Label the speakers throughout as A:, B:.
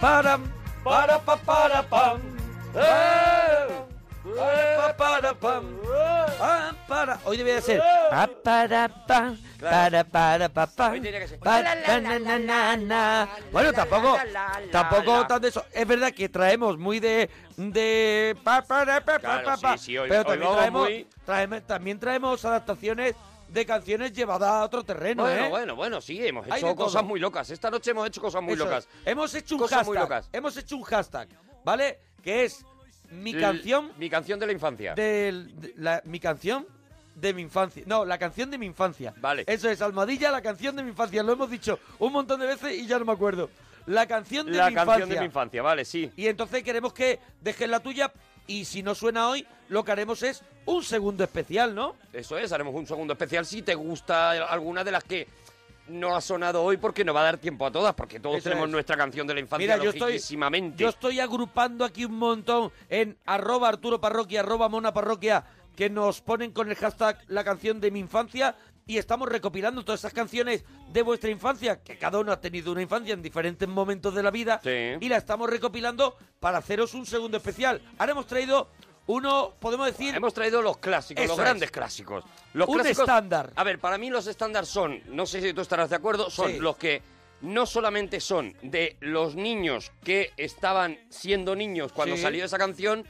A: para, para, pa, para, pam. Eh, para, para, pam. Ah, para. Hoy debía de ser. Pa, para, pam. Para, para, pa, pam.
B: Hoy tenía que ser.
A: Pa,
B: La,
A: na, na, na,
B: la, la, la,
A: na, na.
B: la,
A: Bueno,
B: la,
A: tampoco,
B: la, la, la,
A: tampoco
B: la.
A: tan de eso. Es verdad que traemos muy de, de pa, para, pa, pa,
B: Claro,
A: pa, pa.
B: sí, sí, hoy-
A: pero
B: hoy
A: también
B: vamos
A: traemos,
B: muy-
A: traeme- también traemos adaptaciones de canciones llevadas a otro terreno,
B: bueno,
A: ¿eh?
B: bueno, bueno, sí, hemos
A: Hay de
B: hecho
A: todo.
B: cosas muy locas. Esta noche hemos hecho cosas muy
A: Eso es.
B: locas.
A: Hemos hecho un
B: Cosas
A: hashtag.
B: muy locas.
A: Hemos hecho un hashtag, ¿vale? Que es mi
B: L-
A: canción
B: Mi canción de la infancia.
A: del- de la, mi canción de mi infancia. No, la canción de mi infancia.
B: Vale.
A: Eso es, Almadilla, la canción de mi infancia. Lo hemos dicho un montón de veces y ya no me acuerdo. La canción de
B: la
A: mi
B: canción
A: infancia.
B: de mi infancia, vale, sí.
A: Y entonces queremos que dejes la tuya y si no suena hoy, lo que haremos es un segundo especial, ¿no?
B: Eso es, haremos un segundo especial si te gusta alguna de las que no ha sonado hoy porque no va a dar tiempo a todas, porque todos
A: Eso
B: tenemos
A: es.
B: nuestra canción de la infancia
A: Mira, yo estoy-
B: logiquísimamente.
A: Yo estoy agrupando aquí un montón en arroba Arturo Parroquia, arroba Mona Parroquia, que nos ponen con el hashtag la canción de mi infancia y estamos recopilando todas esas canciones de vuestra infancia, que cada uno ha tenido una infancia en diferentes momentos de la vida
B: Sí.
A: y la estamos recopilando para haceros un segundo especial. Ahora hemos traído uno, podemos decir,
B: Hemos traído los clásicos,
A: Eso
B: los grandes
A: es.
B: clásicos. Los
A: Un
B: clásicos-
A: estándar.
B: A ver, para mí los estándar son, no sé si tú estarás de acuerdo, son
A: Sí.
B: los que no solamente son de los niños que estaban siendo niños cuando
A: Sí.
B: salió esa canción,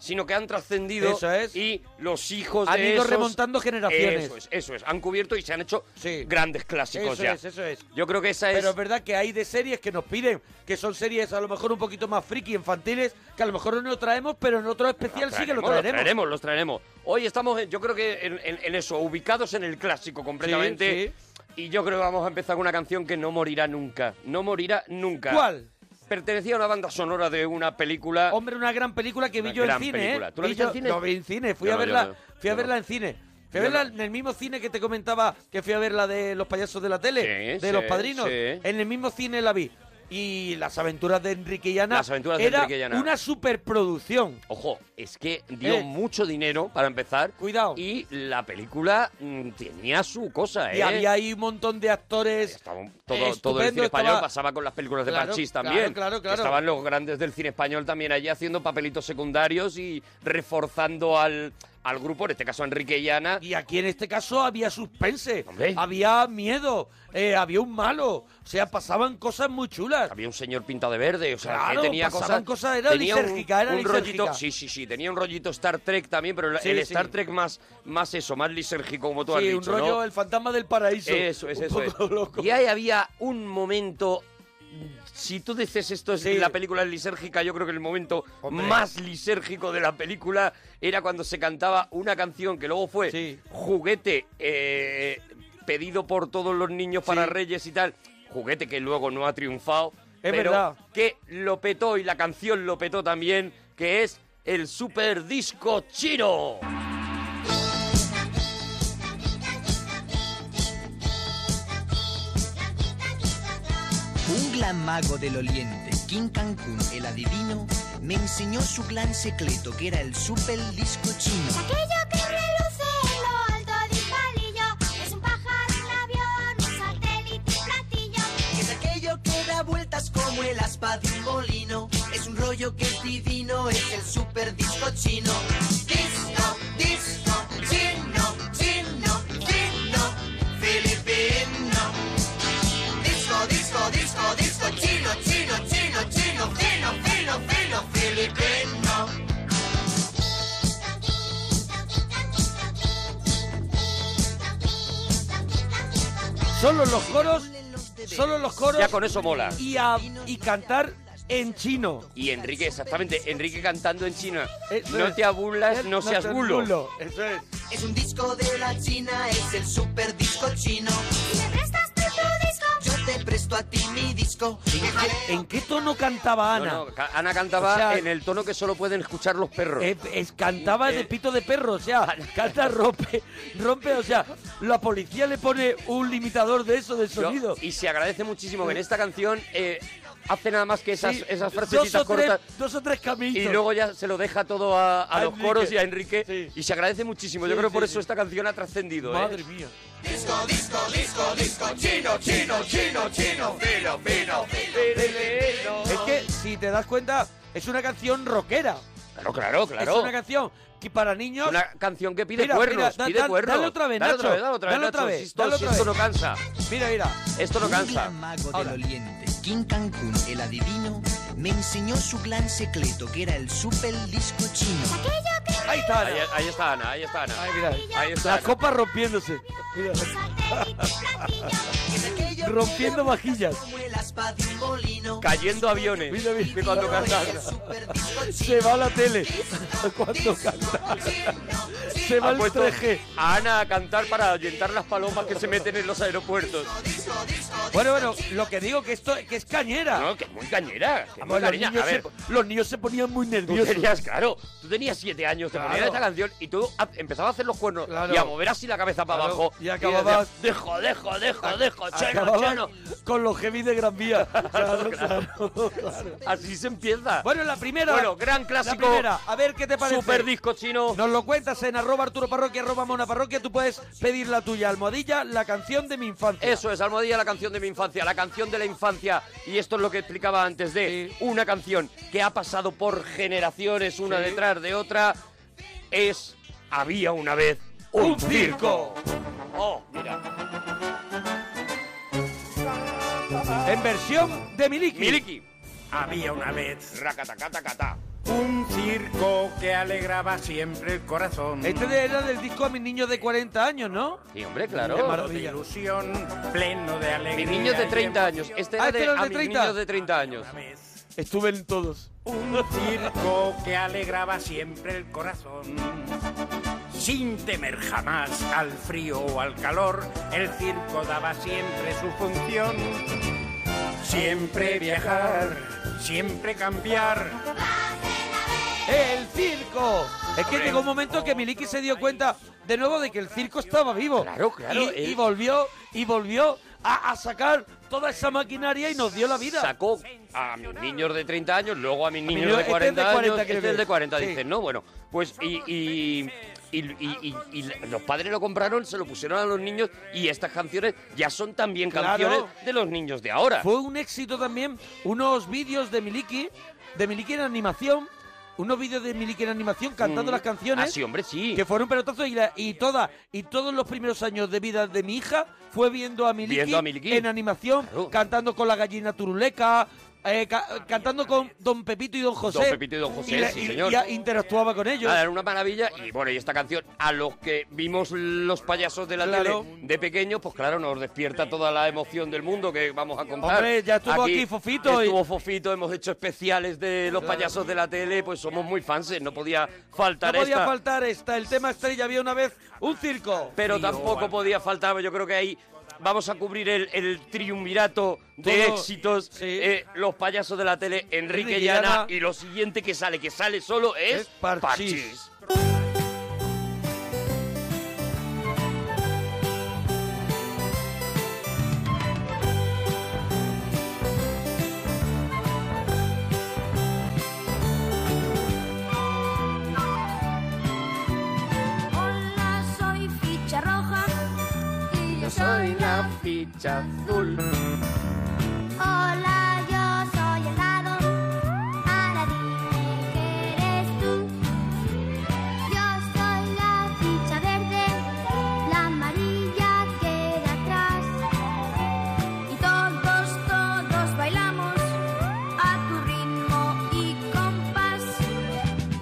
B: sino que han trascendido
A: Eso es.
B: y los hijos
A: Han
B: de
A: ido
B: esos-
A: remontando generaciones.
B: Eso es, eso es. Han cubierto y se han hecho
A: Sí.
B: grandes clásicos
A: Eso
B: ya.
A: es, eso es.
B: Yo creo que esa
A: Pero
B: es
A: es verdad que hay de series que nos piden, que son series a lo mejor un poquito más friki, infantiles, que a lo mejor no lo traemos, pero en otro especial sí que lo
B: Los
A: traeremos.
B: traeremos, los traeremos. Hoy estamos, en- yo creo que en, en- en eso, ubicados en el clásico completamente. Y yo creo que vamos a empezar con una canción que no morirá nunca. No morirá nunca.
A: ¿Cuál?
B: Pertenecía a una banda sonora de una película.
A: Hombre, una gran película que vi
B: Una
A: yo en
B: gran
A: cine,
B: película.
A: ¿eh?
B: ¿Tú la
A: Vi
B: viste
A: yo-
B: en cine?
A: Lo vi en cine, fui
B: Yo
A: a
B: no, yo
A: verla,
B: no,
A: fui a
B: yo
A: verla
B: no.
A: en cine. Fui a
B: Yo
A: verla
B: no.
A: en el mismo cine que te comentaba que fui a ver la de los payasos de la tele,
B: Sí,
A: de los
B: sí,
A: padrinos.
B: sí.
A: En el mismo cine la vi. Y las aventuras de Enrique y Ana
B: Las aventuras de
A: era
B: Enrique y Ana.
A: una superproducción.
B: Ojo, es que dio
A: Eh.
B: mucho dinero para empezar.
A: Cuidado.
B: Y la película mm, tenía su cosa, ¿eh?
A: Y había ahí un montón de actores.
B: Estaba un- todo, todo el
A: Estupendo,
B: cine español
A: estaba-
B: pasaba con las películas de
A: Claro,
B: Parchís
A: claro,
B: también.
A: claro,
B: que
A: claro.
B: Estaban los grandes del cine español también allí haciendo papelitos secundarios y reforzando al, al grupo, en este caso a Enrique y Ana.
A: Y aquí en este caso había suspense,
B: Hombre.
A: había miedo, eh, había un malo, o sea, pasaban cosas muy chulas.
B: Había un señor pintado de verde, o sea,
A: Claro,
B: que tenía
A: pasaban
B: cosas...
A: cosas, era
B: tenía un-
A: lisérgica, era
B: un rollito,
A: lisérgica.
B: Sí, sí, sí, tenía un rollito Star Trek también, pero el-
A: Sí,
B: el
A: sí.
B: Star Trek más, más eso, más lisérgico, como tú has
A: sí,
B: dicho,
A: un rollo
B: ¿no?
A: el fantasma del paraíso.
B: Eso es,
A: un
B: eso
A: poco
B: es.
A: loco.
B: Y ahí había un momento. Si tú dices esto es
A: Sí.
B: la película es lisérgica, yo creo que el momento
A: Hombre.
B: más lisérgico de la película era cuando se cantaba una canción que luego fue
A: Sí.
B: juguete eh, pedido por todos los niños para
A: Sí.
B: Reyes y tal. Juguete que luego no ha triunfado,
A: Es
B: pero
A: verdad.
B: que lo petó y la canción lo petó también, que es el super disco chino.
C: Un gran mago del oriente, Este, King Cancún, el adivino, me enseñó su gran secreto, que era el super disco chino.
D: Aquello que reluce en lo alto de un palillo es un pájaro, un avión, un satélite, un platillo.
C: Es aquello que da vueltas como el aspa de un molino. Es un rollo que es divino, es el super disco chino. Disco, disco, chino, chino, chino, filipino. Disco, disco, disco, disco, chino, chino, chino, chino, fino, fino, fino, filipino.
A: Solo los coros, solo los coros.
B: Ya con eso mola.
A: Y, a- y cantar en chino.
B: Y Enrique, exactamente, Enrique cantando en chino.
A: Eso
B: no
A: es. Eh,
B: te aburlas, no, seas
A: seas
B: bulo.
A: Eso es.
C: Es un disco de la China, es el super disco chino.
D: Si me prestas tú tu disco,
C: Yo te presto a ti mi disco.
A: ¿En qué tono cantaba
B: No,
A: Ana?
B: no, ca- Ana cantaba
A: O sea-
B: en el tono que solo pueden escuchar los perros.
A: Eh, es- cantaba de
B: Eh.
A: pito de perro, o sea, canta rompe, rompe, o sea, la policía le pone un limitador de eso, del
B: No,
A: sonido.
B: y se agradece muchísimo que en esta canción eh, hace nada más que esas,
A: Sí,
B: esas
A: dos o
B: frasecitas
A: tres-
B: cortas.
A: dos o tres caminitos.
B: Y luego eh. ya se lo deja todo a, a
A: A
B: los
A: Enrique.
B: coros y a Enrique. Y se agradece muchísimo. Yo
A: Sí,
B: creo
A: sí,
B: por
A: sí.
B: eso esta canción ha trascendido. ¿eh?
A: Madre mía.
C: Disco, disco, disco, disco, chino, chino, chino, chino, fino, fino, fino.
B: Eh,
A: Es que, si te das cuenta, es una canción rockera.
B: Claro, claro, claro.
A: Es una canción que para niños...
B: Una canción que pide
A: Mira,
B: cuernos,
A: mira, da-
B: pide
A: da-
B: cuernos.
A: dale otra vez,
B: dale otra
A: Nacho,
B: vez, dale otra vez,
A: dale otra
B: Nacho.
A: vez,
B: Si esto,
A: dale
B: si
A: otra
B: esto
A: vez.
B: no cansa,
A: Mira, mira.
B: esto no cansa.
C: Un gran mago
A: Ahora.
C: del oriente, King Cancún, el adivino, me enseñó su gran secreto, que era el super disco chino.
D: Aquello que
A: Ahí está.
B: Ahí, ahí está Ana, ahí está Ana.
A: Ahí, mira.
B: Ahí está
A: Las
B: Ana.
A: copas rompiéndose. Mira.
D: satélite platillo.
C: Es aquello que
A: Rompiendo
C: da vueltas
A: vajillas.
C: como el aspa de un molino.
B: Cayendo aviones.
A: Mira, mira.
B: Que cuando
C: Divino es
B: cantan.
C: el super disco
A: Se
C: chino.
A: va la tele.
C: Disco,
A: Cuando
C: disco,
A: canta.
C: chino,
A: Se va
B: Ha
A: el
B: puesto
A: 3G.
B: a Ana a cantar para ahuyentar las palomas que se meten en los aeropuertos.
C: disco, disco,
A: Bueno, bueno, lo que digo que esto que es cañera.
B: No, que es muy cañera. que es
A: Vamos,
B: muy
A: los,
B: cariña.
A: niños
B: A ver,
A: se, los niños se ponían muy
B: tú
A: nerviosos.
B: tenías, claro, tú tenías siete años, te ponías
A: Claro.
B: esta canción y tú ha- empezabas a hacer los cuernos
A: Claro.
B: y a mover así la cabeza para
A: Claro,
B: abajo.
A: y acababas-
B: decías, dejo, dejo, dejo, dejo, cheno,
A: Acababan
B: cheno.
A: con los heavy de Gran Vía. Claro, claro, claro.
B: Así se empieza.
A: Bueno, la primera.
B: Bueno, gran
A: la
B: clásico.
A: primera. A ver qué te parece.
B: Super disco chino.
A: Nos lo cuentas en arroba Arturo Parroquia, arroba Mona Parroquia. Tú puedes pedir la tuya, almohadilla, la canción de mi infancia.
B: Eso es, Almohadilla, la canción de mi infancia, la canción de la infancia. Y esto es lo que explicaba antes de una canción que ha pasado por generaciones una
A: Sí.
B: detrás de otra. Es Había una vez un, circo. Oh, mira.
A: En versión de Miliki.
B: Miliki.
E: Había una vez
B: Racatacatacatá.
E: un circo que alegraba siempre el corazón.
A: Este de- era del disco a mis niños de 40 años, ¿no?
B: Sí, hombre,
A: Qué
E: Todo
B: claro.
E: de
A: maravilla.
E: ilusión, pleno de
B: Mi
E: alegría.
B: niños de 30 años. Este era
A: Ah, este
B: de,
A: era el
B: a
A: de
B: mis
A: 30.
B: niños de 30 años.
A: Estuve en todos.
E: Un circo que alegraba siempre el corazón. Sin temer jamás al frío o al calor, el circo daba siempre su función. Siempre viajar, siempre cambiar,
A: ¡El circo! Es que llegó un momento que Miliki se dio cuenta de nuevo de que el circo estaba vivo.
B: Claro, claro, eh.
A: Y,
B: él-
A: y volvió, y volvió a, a sacar toda esa maquinaria y nos dio la vida.
B: Sacó a mis niños de 30 años, luego a mis niños
A: niño- este
B: de
A: es de
B: 40 años,
A: 40 que
B: este es
A: ves.
B: de 40,
A: Sí.
B: dicen, ¿no? Bueno, pues y, y, y- y- y- y los padres lo compraron, se lo pusieron a los niños y estas canciones ya son también
A: Claro.
B: canciones de los niños de ahora.
A: Fue un éxito también unos vídeos de Miliki, de Miliki en animación, unos vídeos de Miliki en animación cantando
B: Mm.
A: las canciones.
B: Ah, sí, hombre, sí.
A: Que fueron pelotazos y, la- y toda- y todos los primeros años de vida de mi hija fue viendo a Miliki,
B: Viendo a Miliki.
A: en animación,
B: Claro.
A: cantando con la gallina turuleca, eh, ca- cantando con Don Pepito y Don José.
B: Don Pepito y Don José,
A: la-
B: sí, señor.
A: ya interactuaba con ellos.
B: Nada, era una maravilla y bueno, y esta canción a los que vimos los payasos de la
A: Claro.
B: tele de pequeños, pues claro, nos despierta toda la emoción del mundo que vamos a contar.
A: Hombre, ya estuvo aquí Fofito y-
B: Estuvo Fofito, hemos hecho especiales de los payasos de la tele, pues somos muy fans, no podía faltar
A: no podía
B: esta.
A: faltar esta, el tema estrella. Había una vez un circo.
B: pero tampoco podía faltar, yo creo que ahí vamos a cubrir el, el triunvirato de
A: Todo-
B: éxitos,
A: sí.
B: eh, los payasos de la tele, Enrique,
A: Enrique
B: Llana,
A: Llana.
B: y lo siguiente que sale, que sale solo es,
A: Es Parchís.
D: Hola, soy ficha roja. Y yo soy la ficha azul. Hola, yo soy el dado. Ahora dime que eres tú. Yo soy la ficha verde. La amarilla queda atrás. Y todos, todos bailamos a tu ritmo y compás.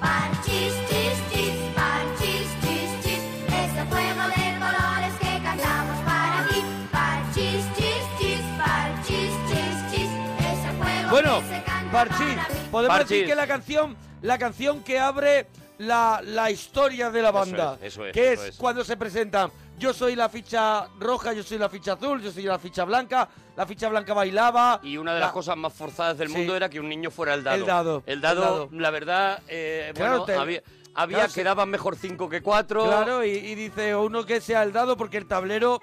D: Parchis, chis, chis, parchis, chis, chis, es el juego de colores que cantamos para ti. Parchis, chis, chis, parchis, chis, chis, es el juego
A: Bueno,
D: que se canta
A: Parchís,
D: para mí.
A: podemos
B: Parchís.
A: decir que la canción, la canción que abre la, la historia de la banda,
B: es, eso es,
A: que
B: eso
A: es,
B: es.
A: cuando se presentan. Yo soy la ficha roja, yo soy la ficha azul, yo soy la ficha blanca. La ficha blanca bailaba.
B: Y una de
A: la-
B: las cosas más forzadas del
A: Sí.
B: mundo era que un niño fuera el dado.
A: El dado,
B: El dado,
A: el dado.
B: la verdad, eh,
A: Claro,
B: bueno,
A: te-
B: había, había
A: claro,
B: que
A: se-
B: daban mejor 5 que 4.
A: Claro, y, y dice uno que sea el dado porque el tablero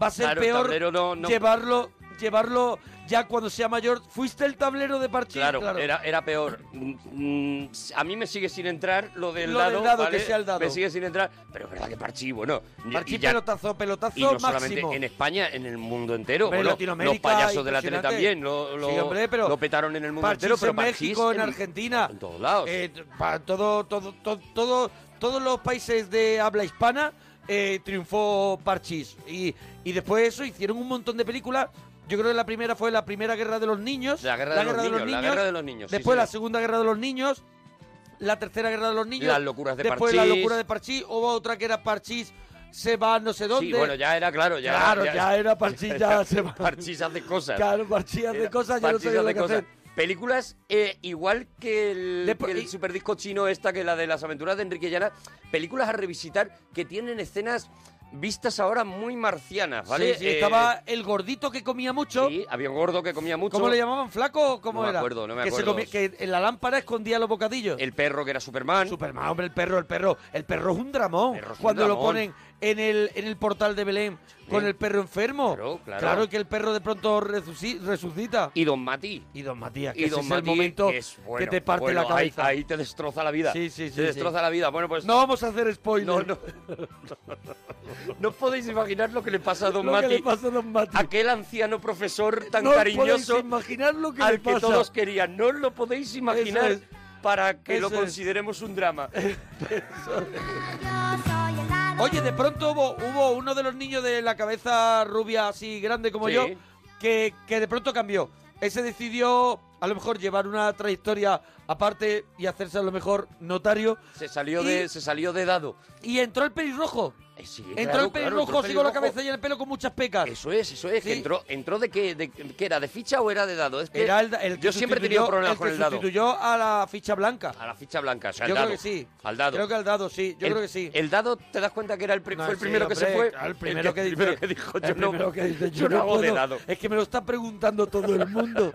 A: va a ser
B: Claro, el
A: peor
B: tablero no- no-
A: llevarlo llevarlo ya cuando sea mayor. ¿Fuiste el tablero de parchís?
B: Claro, Era, era peor. Mm, mm, a mí me sigue sin entrar lo del
A: Lo del
B: dado.
A: dado,
B: ¿vale?
A: que sea el dado.
B: Me sigue sin entrar, pero es verdad que parchí, bueno. y-
A: Parchís,
B: y ya-
A: pelotazo, pelotazo
B: Y no
A: máximo.
B: solamente en España, en el mundo entero.
A: Hombre,
B: bueno,
A: Latinoamérica,
B: los payasos de la tele
A: impresionante.
B: también lo, lo-
A: Sí, hombre, pero
B: lo petaron en el mundo
A: Parchís
B: entero. Pero
A: en
B: parchís
A: México, en Argentina.
B: En todos lados.
A: eh, pa- todo, todo, todo, todo- todos los países de habla hispana eh, triunfó Parchís. Y, y después de eso hicieron un montón de películas. Yo creo que la primera fue la Primera Guerra de los Niños.
B: La Guerra de los Niños, la Guerra de los Niños, sí,
A: Después la
B: señor.
A: Segunda Guerra de los Niños. La Tercera Guerra de los Niños.
B: Las locuras de
A: después la
B: Parchís.
A: locura de Parchís. Hubo otra que era Parchís se va a no sé dónde.
B: Sí, bueno, ya era, claro, ya.
A: Claro, ya era Parchís, ya se va.
B: Parchís hace cosas.
A: Claro, Parchís hace
B: Era-
A: cosas, yo no
B: Parchís
A: sabía lo
B: hace
A: que
B: cosas.
A: hacer.
B: Películas eh, igual que el,
A: Después-
B: que el
A: y-
B: superdisco chino esta, que la de las aventuras de Enrique Llana, películas a revisitar que tienen escenas vistas ahora muy marcianas, ¿vale?
A: Sí, sí,
B: Eh,
A: estaba el gordito que comía mucho.
B: sí, había un gordo que comía mucho.
A: ¿Cómo le llamaban? ¿Flaco o cómo
B: No me
A: era?
B: acuerdo, no me
A: que se
B: acuerdo.
A: comía- que en la lámpara escondía los bocadillos.
B: El perro que era Superman.
A: Superman, hombre, el perro, el perro. El perro es un dramón.
B: El perro es un
A: Cuando lo
B: dramón.
A: ponen en el, en el portal de Belén con el perro enfermo.
B: Claro, claro.
A: que el perro de pronto resuci- resucita.
B: Y Don Mati.
A: Y don Matías, que
B: Y
A: ese
B: Don
A: es el
B: Mati
A: momento
B: es, bueno,
A: que te parte
B: bueno,
A: la
B: ahí-
A: cabeza.
B: Ahí, te destroza la vida.
A: Sí, sí, sí, sí.
B: Te destroza la vida. Bueno, pues
A: No vamos a hacer spoiler.
B: No, no. No podéis imaginar lo que le pasa a Don
A: Lo que
B: Mati.
A: le pasa a don Mati.
B: Aquel anciano profesor tan
A: no os
B: cariñoso
A: podéis imaginar lo que le
B: al que
A: pasa.
B: todos querían. No os lo podéis imaginar
A: Eso
B: para que lo
A: Eso es. Eh,
B: consideremos un drama.
D: Yo soy el dado.
A: Oye, de pronto hubo, hubo uno de los niños de la cabeza rubia así grande como
B: Sí.
A: yo que, que de pronto cambió. Ese decidió a lo mejor llevar una trayectoria aparte y hacerse a lo mejor notario.
B: Se salió,
A: Y-
B: de, se salió de dado.
A: Y entró el pelirrojo.
B: Eh, sí,
A: Entró
B: claro,
A: el
B: claro,
A: pelirrojo
B: entró el
A: así con la
B: pelirrojo.
A: cabeza y el pelo con muchas pecas.
B: Eso es, eso es. que
A: Sí.
B: entró, ¿Entró de qué? De, ¿Qué era? ¿De ficha o era de dado? Es que
A: Era el, el que
B: yo siempre he tenido
A: sustituyó-
B: problemas
A: el
B: con
A: que
B: el dado.
A: sustituyó a la ficha blanca.
B: A la ficha blanca, o sea, al
A: yo
B: dado.
A: creo que sí.
B: Al dado.
A: Creo que al dado, sí. Yo
B: El-
A: creo que sí.
B: El dado, ¿te das cuenta que era el, pri-
A: No,
B: fue el
A: sí,
B: primero que se
A: hombre,
B: fue?
A: claro, el primero que, dice,
B: primero que dijo,
A: el
B: yo no,
A: primero que dice,
B: yo no hago de
A: puedo".
B: dado.
A: Es que me lo está preguntando todo el mundo.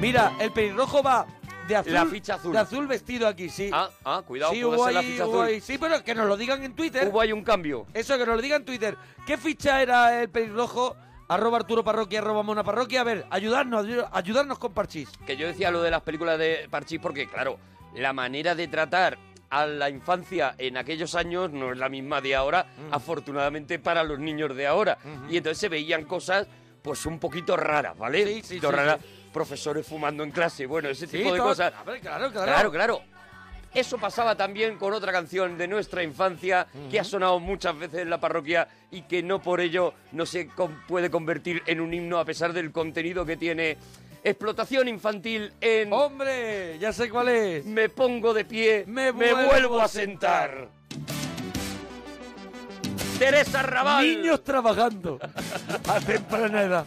A: Mira, el pelirrojo va de azul.
B: La ficha azul.
A: De azul vestido aquí, sí.
B: Ah, ah, cuidado
A: sí,
B: con
A: hubo
B: esa la
A: ahí-
B: ficha
A: hubo
B: azul.
A: ahí- Sí, pero que nos lo digan en Twitter.
B: Hubo ahí un cambio.
A: Eso, que nos lo digan en Twitter. ¿Qué ficha era el pelirrojo? Arroba Arturo Parroquia, arroba Mona Parroquia. A ver, ayudarnos, ayu- ayudarnos con parchís.
B: Que yo decía lo de las películas de Parchís porque, claro, la manera de tratar a la infancia en aquellos años no es la misma de ahora,
A: Mm.
B: afortunadamente para los niños de ahora. Y entonces se veían cosas, pues, un poquito raras, ¿vale?
A: Sí, sí,
B: un poquito
A: sí,
B: raras. Profesores fumando en clase, bueno, ese tipo de
A: todo-
B: cosas.
A: A ver, claro, claro.
B: Claro, claro. Eso pasaba también con otra canción de nuestra infancia que ha sonado muchas veces en la parroquia y que no por ello no se con- puede convertir en un himno a pesar del contenido que tiene. Explotación infantil en
A: Hombre, ya sé cuál es.
B: Me pongo de pie,
A: Me
B: me,
A: vuelvo
B: vuelvo,
A: a
B: a sentar. Teresa Raval.
A: Niños trabajando a temprana edad.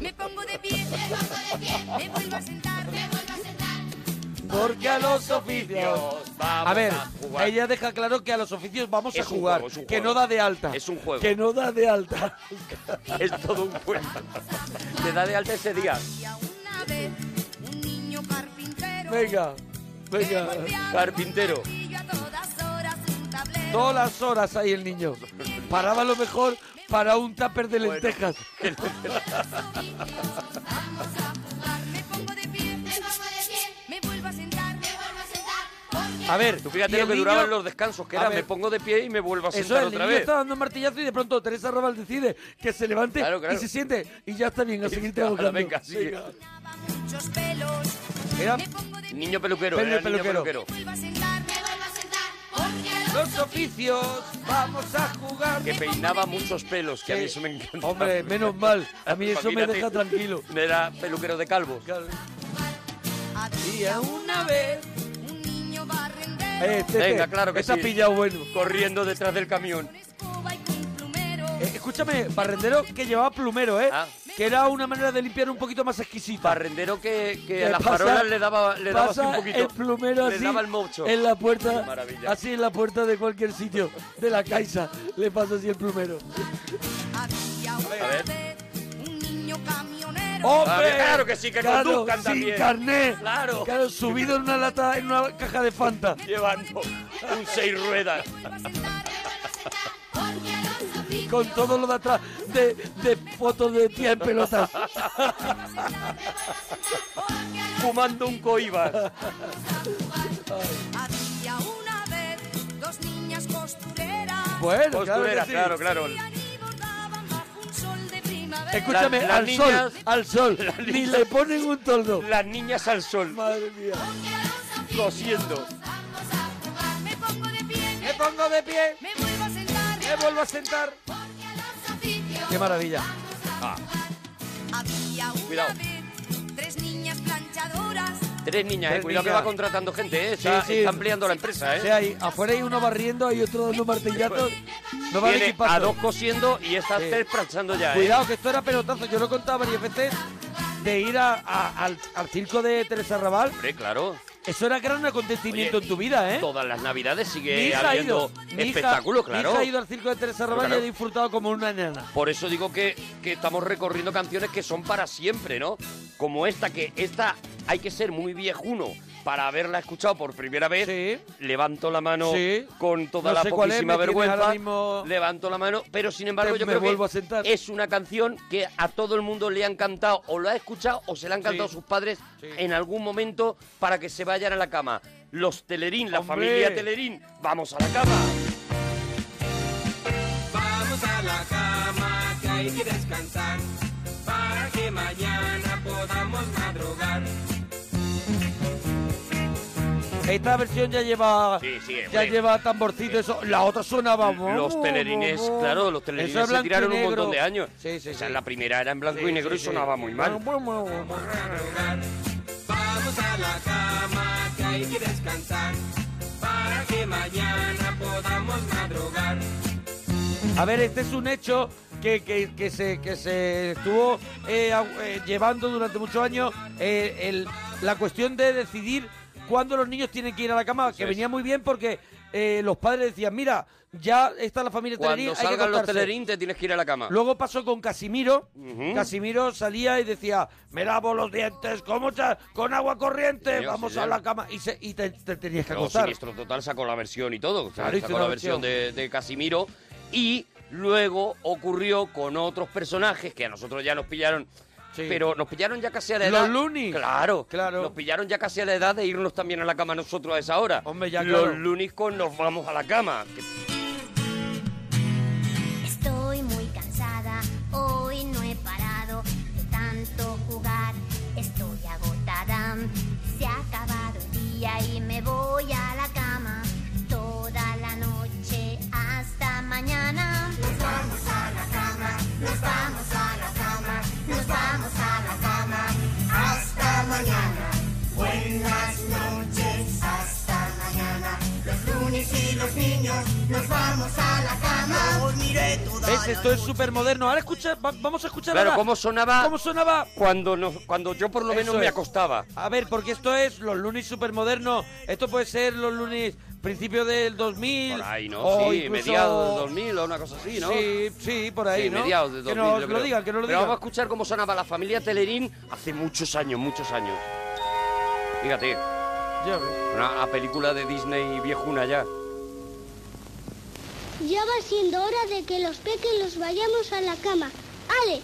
F: Me pongo de pie, me pongo de pie, me vuelvo a sentar, me vuelvo a sentar.
A: Porque a los oficios.
B: vamos
A: A ver,
B: jugar.
A: ella deja claro que a los oficios vamos a
B: Es un
A: jugar.
B: juego, es un
A: que
B: juego.
A: no da de alta.
B: Es un juego.
A: Que no da de alta.
B: Es todo un juego. Te da de alta ese día.
F: Había una vez un niño carpintero.
A: Venga,
F: que
A: venga.
F: golpeaba
B: Carpintero.
F: con martillo a todas horas un tablero.
A: Todas las horas ahí el niño. Paraba a lo mejor para un tupper de lentejas.
F: Vamos a jugar. Me pongo de pie, me pongo de pie, me vuelvo a sentar, me vuelvo a sentar. Porque
A: A ver,
B: Tú
A: y
B: fíjate
A: el
B: lo que
A: niño-
B: duraban los descansos, que
A: A
B: era
A: ver.
B: me pongo de pie y me vuelvo a
A: Eso
B: sentar
A: es, el
B: otra
A: niño
B: vez.
A: está dando un martillazo y de pronto Teresa Raval decide que se levante
B: Claro, claro.
A: y se siente y ya está bien, a seguir trabajando.
B: Ahora, venga, sigue.
F: daba muchos pelos.
A: Era-
F: Me pongo de pie,
B: Niño peluquero,
A: Pelo
B: era
A: peluquero.
B: niño
F: me
B: peluquero.
F: vuelvo a sentar, me vuelvo a sentar. Porque a los
A: Los oficios, vamos a jugar.
B: Que peinaba muchos pelos, que a mí
A: Sí.
B: eso me encanta.
A: Hombre, menos mal. A mí eso me
B: Imagínate.
A: deja tranquilo.
B: Era peluquero de calvos.
F: Había
A: una vez.
F: un niño barrendero.
A: Ah. Eh, Tete,
B: Venga, claro que
A: esta
B: sí.
A: has pillado bueno.
B: Corriendo detrás del camión.
F: Con escoba y con plumero.
A: Eh, escúchame, barrendero que llevaba plumero, ¿eh?
B: Ah.
A: Que era una manera de limpiar un poquito más exquisita.
B: Barrendero que, que
A: Eh,
B: a las
A: pasa-
B: farolas le daba, le daba así un
A: pasa
B: poquito.
A: el plumero así
B: Le daba el mocho.
A: en la puerta,
B: Qué maravilla.
A: así en la puerta de cualquier sitio de la Caixa, le pasa así el plumero.
F: Había una
B: ver.
F: vez un niño camionero. quiero.
A: ¡Hombre!
B: Claro que sí, que
A: Claro,
B: conduzcan también.
A: Sin carnet.
B: Claro.
A: Claro, subido en una lata, en una caja de Fanta.
B: Llevando un seis ruedas.
F: Me vuelvo a sentar, me vuelvo a sentar, porque a los oficios
A: Con todo lo de atrás de, de fotos de tía en pelotas.
B: Fumando un coiba.
F: Había una vez dos niñas costureras.
A: Bueno, claro que
B: Costurera,
A: sí.
B: Pues claro, claro.
F: Hacían y bordaban bajo un sol de primavera.
A: Escúchame,
B: Las- las
A: al sol,
B: niñas-
A: al sol.
B: las
A: Ni
B: niñas-
A: le ponen un toldo.
B: Las niñas al sol,
A: Madre mía.
F: Porque a los oficios
B: cosiendo.
F: Vamos a jugar, me pongo de pie,
A: Me pongo de pie,
F: me vuelvo a sentar.
A: me vuelvo a sentar.
F: Porque a los oficios
A: Qué maravilla.
F: Había una
B: Ah. Cuidado.
F: vez tres niñas planchadoras.
B: Tres niñas, eh.
A: Tres
B: Cuidado que
A: niñas.
B: va contratando gente, eh.
A: Sí,
B: Está,
A: sí.
B: está ampliando la empresa,
A: O
B: eh.
A: sea, ahí, afuera hay uno barriendo, hay otro dando martillazos. No vale
B: Pues, Tiene
A: equipar.
B: a dos cosiendo y está
A: Sí.
B: tres planchando ya, eh.
A: Cuidado, que esto era pelotazo. Yo lo contaba varias veces de ir a- a- al, al circo de Teresa Raval.
B: Hombre, claro.
A: Eso era gran acontecimiento
B: Oye,
A: en tu vida, ¿eh?
B: Todas las navidades
A: Mi
B: sigue
A: hija ha
B: habiendo
A: ido. mi hija-
B: espectáculos,
A: mi
B: claro.
A: hija ha ido al circo de Teresa Raval
B: claro.
A: y ha disfrutado como una nena.
B: Por eso digo que, que estamos recorriendo canciones que son para siempre, ¿no? Como esta, que esta hay que ser muy viejuno para haberla escuchado por primera vez.
A: Sí.
B: Levanto la mano
A: Sí.
B: con toda
A: No
B: la
A: sé cuál es,
B: poquísima
A: me tienes
B: vergüenza.
A: ahora mismo-
B: Levanto la mano, pero sin embargo
A: Te-
B: yo
A: me
B: creo
A: vuelvo a
B: que
A: sentar.
B: es una canción que a todo el mundo le han cantado o lo ha escuchado o se la han cantado sus padres
A: Sí.
B: en algún momento para que se vayan a la cama. Los Telerín, la
A: ¡Hombre!
B: familia Telerín, vamos a la cama.
G: Vamos a la cama que hay que descansar para que mañana podamos madrugar.
A: Esta versión ya lleva.
B: Sí, sí,
A: ya
B: hombre.
A: lleva tamborcito, eso. La otra sonaba.
B: Los telerines, claro, los telerines
A: Eso es
B: se
A: blanco y
B: tiraron un
A: negro.
B: montón de años.
A: Sí, sí,
B: O sea,
A: sí.
B: la primera era en blanco
A: Sí,
B: y negro
A: sí,
B: y
A: sí.
B: sonaba muy mal.
G: madrugar. Vamos a la cama que hay que descansar para que mañana podamos madrugar.
A: A ver, este es un hecho que, que- que se, que se estuvo eh, agu- eh, llevando durante muchos años eh, el- la cuestión de decidir cuándo los niños tienen que ir a la cama, que
B: es.
A: venía muy bien porque eh, los padres decían, mira, ya está la familia Telerín,
B: Cuando
A: hay que
B: salgan los
A: acostarse".
B: telerín te tienes que ir a la cama.
A: Luego pasó con Casimiro.
B: Ah. Ujú.
A: Casimiro salía y decía, me lavo los dientes con, mucha- con agua corriente,
B: Señor,
A: vamos a
B: señor.
A: la cama. Y, se- y te, te tenías que
B: Luego
A: acostar.
B: Siniestro Total sacó la versión y todo. o sea,
A: Claro, hizo
B: sacó
A: una
B: la versión de, de Casimiro. Y luego ocurrió con otros personajes que a nosotros ya nos pillaron.
A: Sí.
B: Pero nos pillaron ya casi a la
A: Los
B: edad.
A: Loonies.
B: Claro,
A: Claro.
B: Nos pillaron ya casi a la edad de irnos también a la cama nosotros a esa hora.
A: Hombre, ya
B: Los
A: claro.
B: lunis con Nos vamos a la cama. que
D: Estoy muy cansada, hoy no he parado de tanto jugar. Estoy agotada, se ha acabado el día y me voy a la cama. Toda la noche hasta mañana. Nos vamos a la cama, nos vamos a la cama, nos vamos a la cama. Hasta mañana. Buenas noches, hasta mañana. Los lunes y los niños nos vamos a la cama.
C: Dormiré toda
A: ¿Ves?
C: la
A: Esto es súper moderno. Ahora escucha, va- vamos a escuchar
B: Claro,
A: ahora
B: ¿cómo sonaba?
A: ¿Cómo sonaba?
B: Cuando, nos, cuando yo por lo menos
A: Eso
B: me
A: es.
B: acostaba.
A: A ver, porque esto es los lunes súper modernos. Esto puede ser los lunes principio del 2000.
B: Por ahí, ¿no?
A: o
B: sí,
A: Oh, incluso-
B: mediados de 2000 o una cosa así, ¿no?
A: Sí, sí, por ahí,
B: Sí,
A: ¿no?
B: mediados de 2000.
A: Que nos
B: yo
A: lo
B: creo.
A: digan, que nos lo
B: Pero
A: digan.
B: vamos a escuchar cómo sonaba la familia Telerín hace muchos años, muchos años. Fíjate,
A: Ya ves.
B: una a película de Disney viejuna ya.
H: Ya va siendo hora de que los peques los vayamos a la cama. ¡Ale!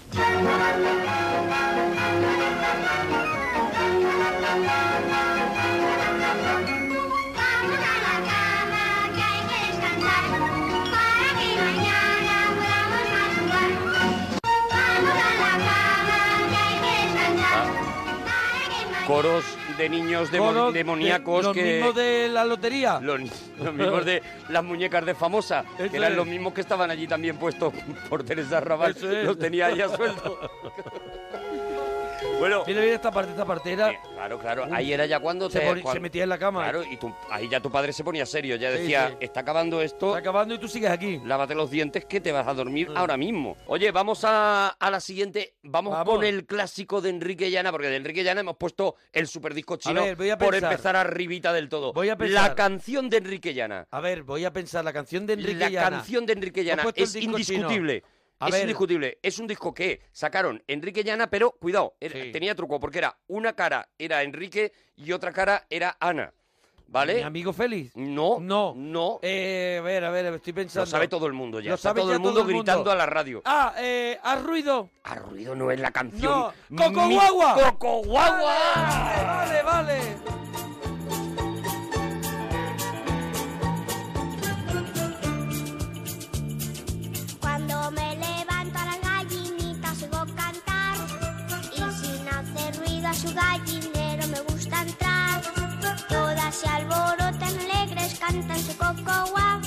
D: Vamos a la cama que hay que descansar para que mañana podamos madrugar. Vamos a la cama que hay que descansar para que mañana.
B: Coros de niños demo-
A: Coros de-
B: demoníacos
A: los
B: que...
A: mismos de la lotería.
B: Los, los mismos de las muñecas de famosa,
A: Eso
B: que eran
A: es.
B: los mismos que estaban allí también puestos por Teresa Raval,
A: Eso es.
B: los tenía ahí a sueldo. bueno,
A: Mira, mira esta parte, esta parte. Era,
B: Eh, Claro, claro. Ahí era ya Eh, cuando
A: Se
B: te-
A: poni-
B: cuan-
A: se metía en la cama.
B: Claro, y tu- ahí ya tu padre se ponía serio. Ya
A: Sí,
B: decía,
A: sí.
B: está acabando esto,
A: está acabando y tú sigues aquí.
B: lávate los dientes que te vas a dormir
A: Mm.
B: ahora mismo. Oye, vamos a, a la siguiente. Vamos,
A: Vamos.
B: con el clásico de Enrique Llana, porque de Enrique Llana hemos puesto el superdisco chino
A: ver, voy a
B: por
A: pensar.
B: empezar arribita del todo.
A: Voy a pensar.
B: La canción de Enrique Llana.
A: A ver, voy a pensar la canción de Enrique
B: la
A: Llana.
B: canción de Enrique
A: Has
B: Llana
A: puesto el
B: es
A: disco chino.
B: indiscutible.
A: A
B: es
A: ver.
B: indiscutible. Es un disco que sacaron Enrique Llana, pero cuidado, era-
A: Sí.
B: tenía truco, porque era una cara era Enrique y otra cara era Ana. ¿Vale?
A: Mi amigo Félix.
B: No,
A: No.
B: no.
A: Eh, a ver, a ver, estoy pensando.
B: Lo sabe todo el mundo ya.
A: Lo
B: Está
A: sabe
B: todo
A: ya
B: el mundo gritando a la radio.
A: Ah, eh, haz ruido.
B: Ah, ruido no es la canción.
A: No, Coco Guagua.
B: Coco Guagua.
A: Vale, vale, vale.
D: Cuando me levanto a las gallinitas oigo cantar y sin hacer ruido a su gallinero me gusta entrar. Todas se alborotan alegres, cantan su coco guau.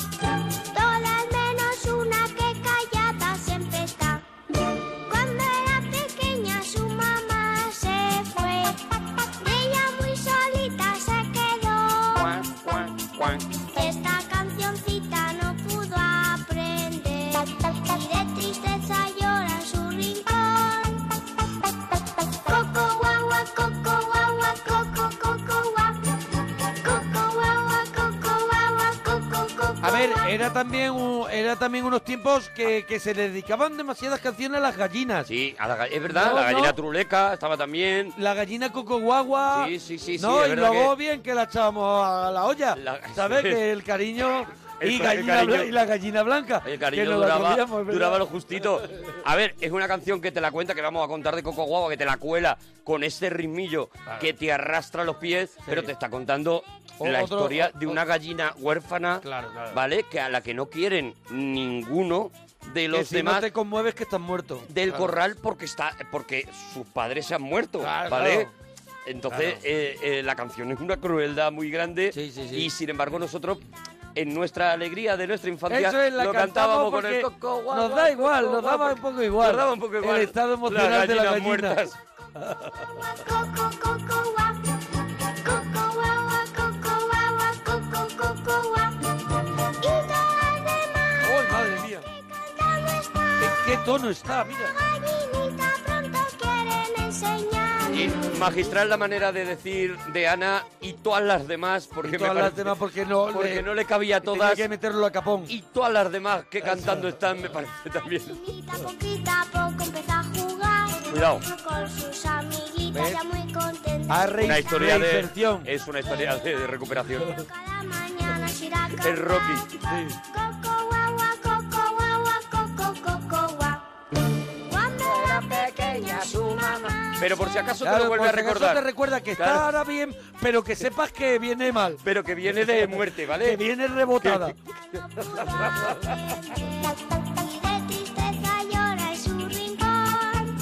D: Todas menos una que callada siempre está. Cuando era pequeña su mamá se fue. Ella muy solita se quedó.
B: Cuac, cuac, cuac.
D: Esta cancioncita no pudo aprender y de tristeza llora en su rincón. Coco guagua, coco guagua, coco coco guau. Coco guagua, coco guagua, coco coco.
A: A ver,
D: guau.
A: era también, un- era también unos tiempos que, que se le dedicaban demasiadas canciones a las gallinas.
B: Sí, a la ga- es verdad,
A: No,
B: la gallina
A: no.
B: truleca estaba también.
A: La gallina coco guagua.
B: Sí, sí, sí, sí,
A: No,
B: es
A: y
B: verdad
A: luego
B: que-
A: bien que la echábamos a la olla.
B: La-
A: ¿Sabes? que el cariño.
B: El
A: y,
B: ca- el
A: gallina bla-
B: cariño-
A: y la gallina blanca.
B: El
A: que
B: cariño
A: nos la
B: duraba,
A: comíamos, es verdad.
B: duraba lo justito. A ver, es una canción que te la cuenta, que vamos a contar de Coco Guagua, que te la cuela con ese ritmillo que te arrastra los pies, pero te está contando
A: O-
B: la
A: otro-
B: historia
A: o-
B: de una gallina huérfana,
A: Claro, claro.
B: ¿vale? Que a la que no quieren ninguno de
A: Que
B: los
A: si
B: demás
A: no te conmueves que estás muerto.
B: del
A: Claro.
B: corral porque está porque sus padres se han muerto,
A: Claro,
B: ¿vale?
A: claro.
B: Entonces
A: Claro.
B: eh, eh, la canción es una crueldad muy grande
A: Sí, sí, sí.
B: y sin embargo nosotros en nuestra alegría de nuestra infancia
A: Eso es, la
B: lo
A: cantábamos
B: cantábamos con el
A: porque
B: coco, guau,
A: nos
B: guau,
A: da igual,
B: coco,
A: nos
B: guau,
A: daba
B: porque
A: un poco igual
B: nos daba un poco
A: el
B: igual
A: estado
B: las
A: emocional de la
B: gallinas
A: gallina.
D: Coco coco
B: muertas.
D: guau. Coco guagua, coco guagua, coco coco guau. Y todas demás
A: ¡Ay, madre mía!
D: cantando están.
A: ¿En qué tono está? Mira.
D: Gallinita pronto quieren enseñar.
B: Y magistral la manera de decir de Ana y todas las demás porque
A: Y
B: me
A: todas las
B: parece-
A: demás porque no,
B: porque no le cabía a
A: tenía
B: todas
A: que meterlo a capón.
B: y todas las demás que cantando están me parece también.
D: Gallinita poquito a poco empezó a jugar.
B: Cuidado.
D: Con sus amiguitas
A: ¿Ves?
D: ya muy contenta.
A: A reír
B: Una historia de
A: reinserción.
B: es una historia de- de recuperación.
D: Pero cada mañana se irá a cantar.
B: El Rocky.
D: Coco guagua, coco guagua, coco coco guau. Cuando era pequeña su mamá.
B: Pero por si acaso te
A: Claro,
B: lo vuelve
A: por
B: a
A: si acaso
B: recordar.
A: te recuerda que
B: Claro.
A: está ahora bien, pero que sepas que viene mal.
B: Pero que viene de muerte,
A: Que
B: ¿vale?
A: viene rebotada.
D: Y de tristeza llora en su rincón.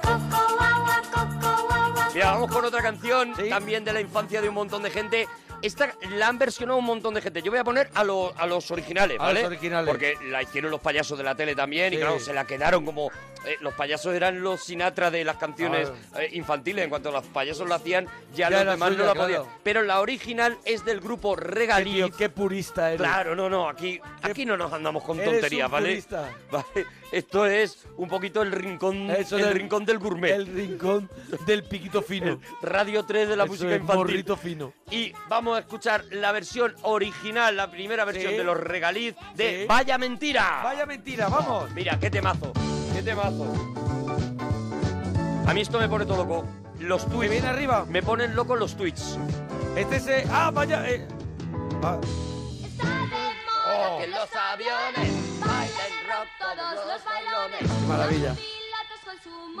D: Coco guagua, coco guagua.
B: Mira, vamos con otra canción
A: Sí.
B: también de la infancia de un montón de gente. Esta la han versionado un montón de gente. Yo voy a poner a, lo- a los originales,
A: A
B: ¿vale?
A: los originales.
B: Porque la hicieron los payasos de la tele también
A: Sí.
B: y claro, se la quedaron como... eh, los payasos eran los Sinatra de las canciones eh, infantiles. En cuanto los payasos lo hacían, ya,
A: Ah. Ya
B: los
A: era
B: demás
A: suya,
B: no la
A: claro.
B: podían. Pero la original es del grupo
A: Qué
B: Regaliz.
A: tío, qué purista eres.
B: Claro, no, no, aquí, aquí no nos andamos con
A: Eres
B: tonterías,
A: un
B: ¿vale?
A: purista.
B: ¿vale? Esto es un poquito el rincón,
A: Eso
B: el
A: del-
B: rincón del gourmet.
A: El rincón del piquito fino.
B: El Radio 3 de la
A: Eso
B: música
A: es,
B: infantil.
A: morrito fino.
B: Y vamos a escuchar la versión original, la primera versión
A: Sí.
B: de los regaliz de
A: Sí.
B: Vaya Mentira.
A: Vaya mentira, vamos.
B: Mira, qué temazo, qué temazo. A mí esto me pone todo loco. Los
A: Que
B: tweets.
A: viene arriba.
B: Me ponen loco los tweets.
A: Este se. ¡Ah, vaya! eh. Ah,
D: Sabemos que los aviones bailan rock todos los balones.
A: qué maravilla.
D: Los pilotos con su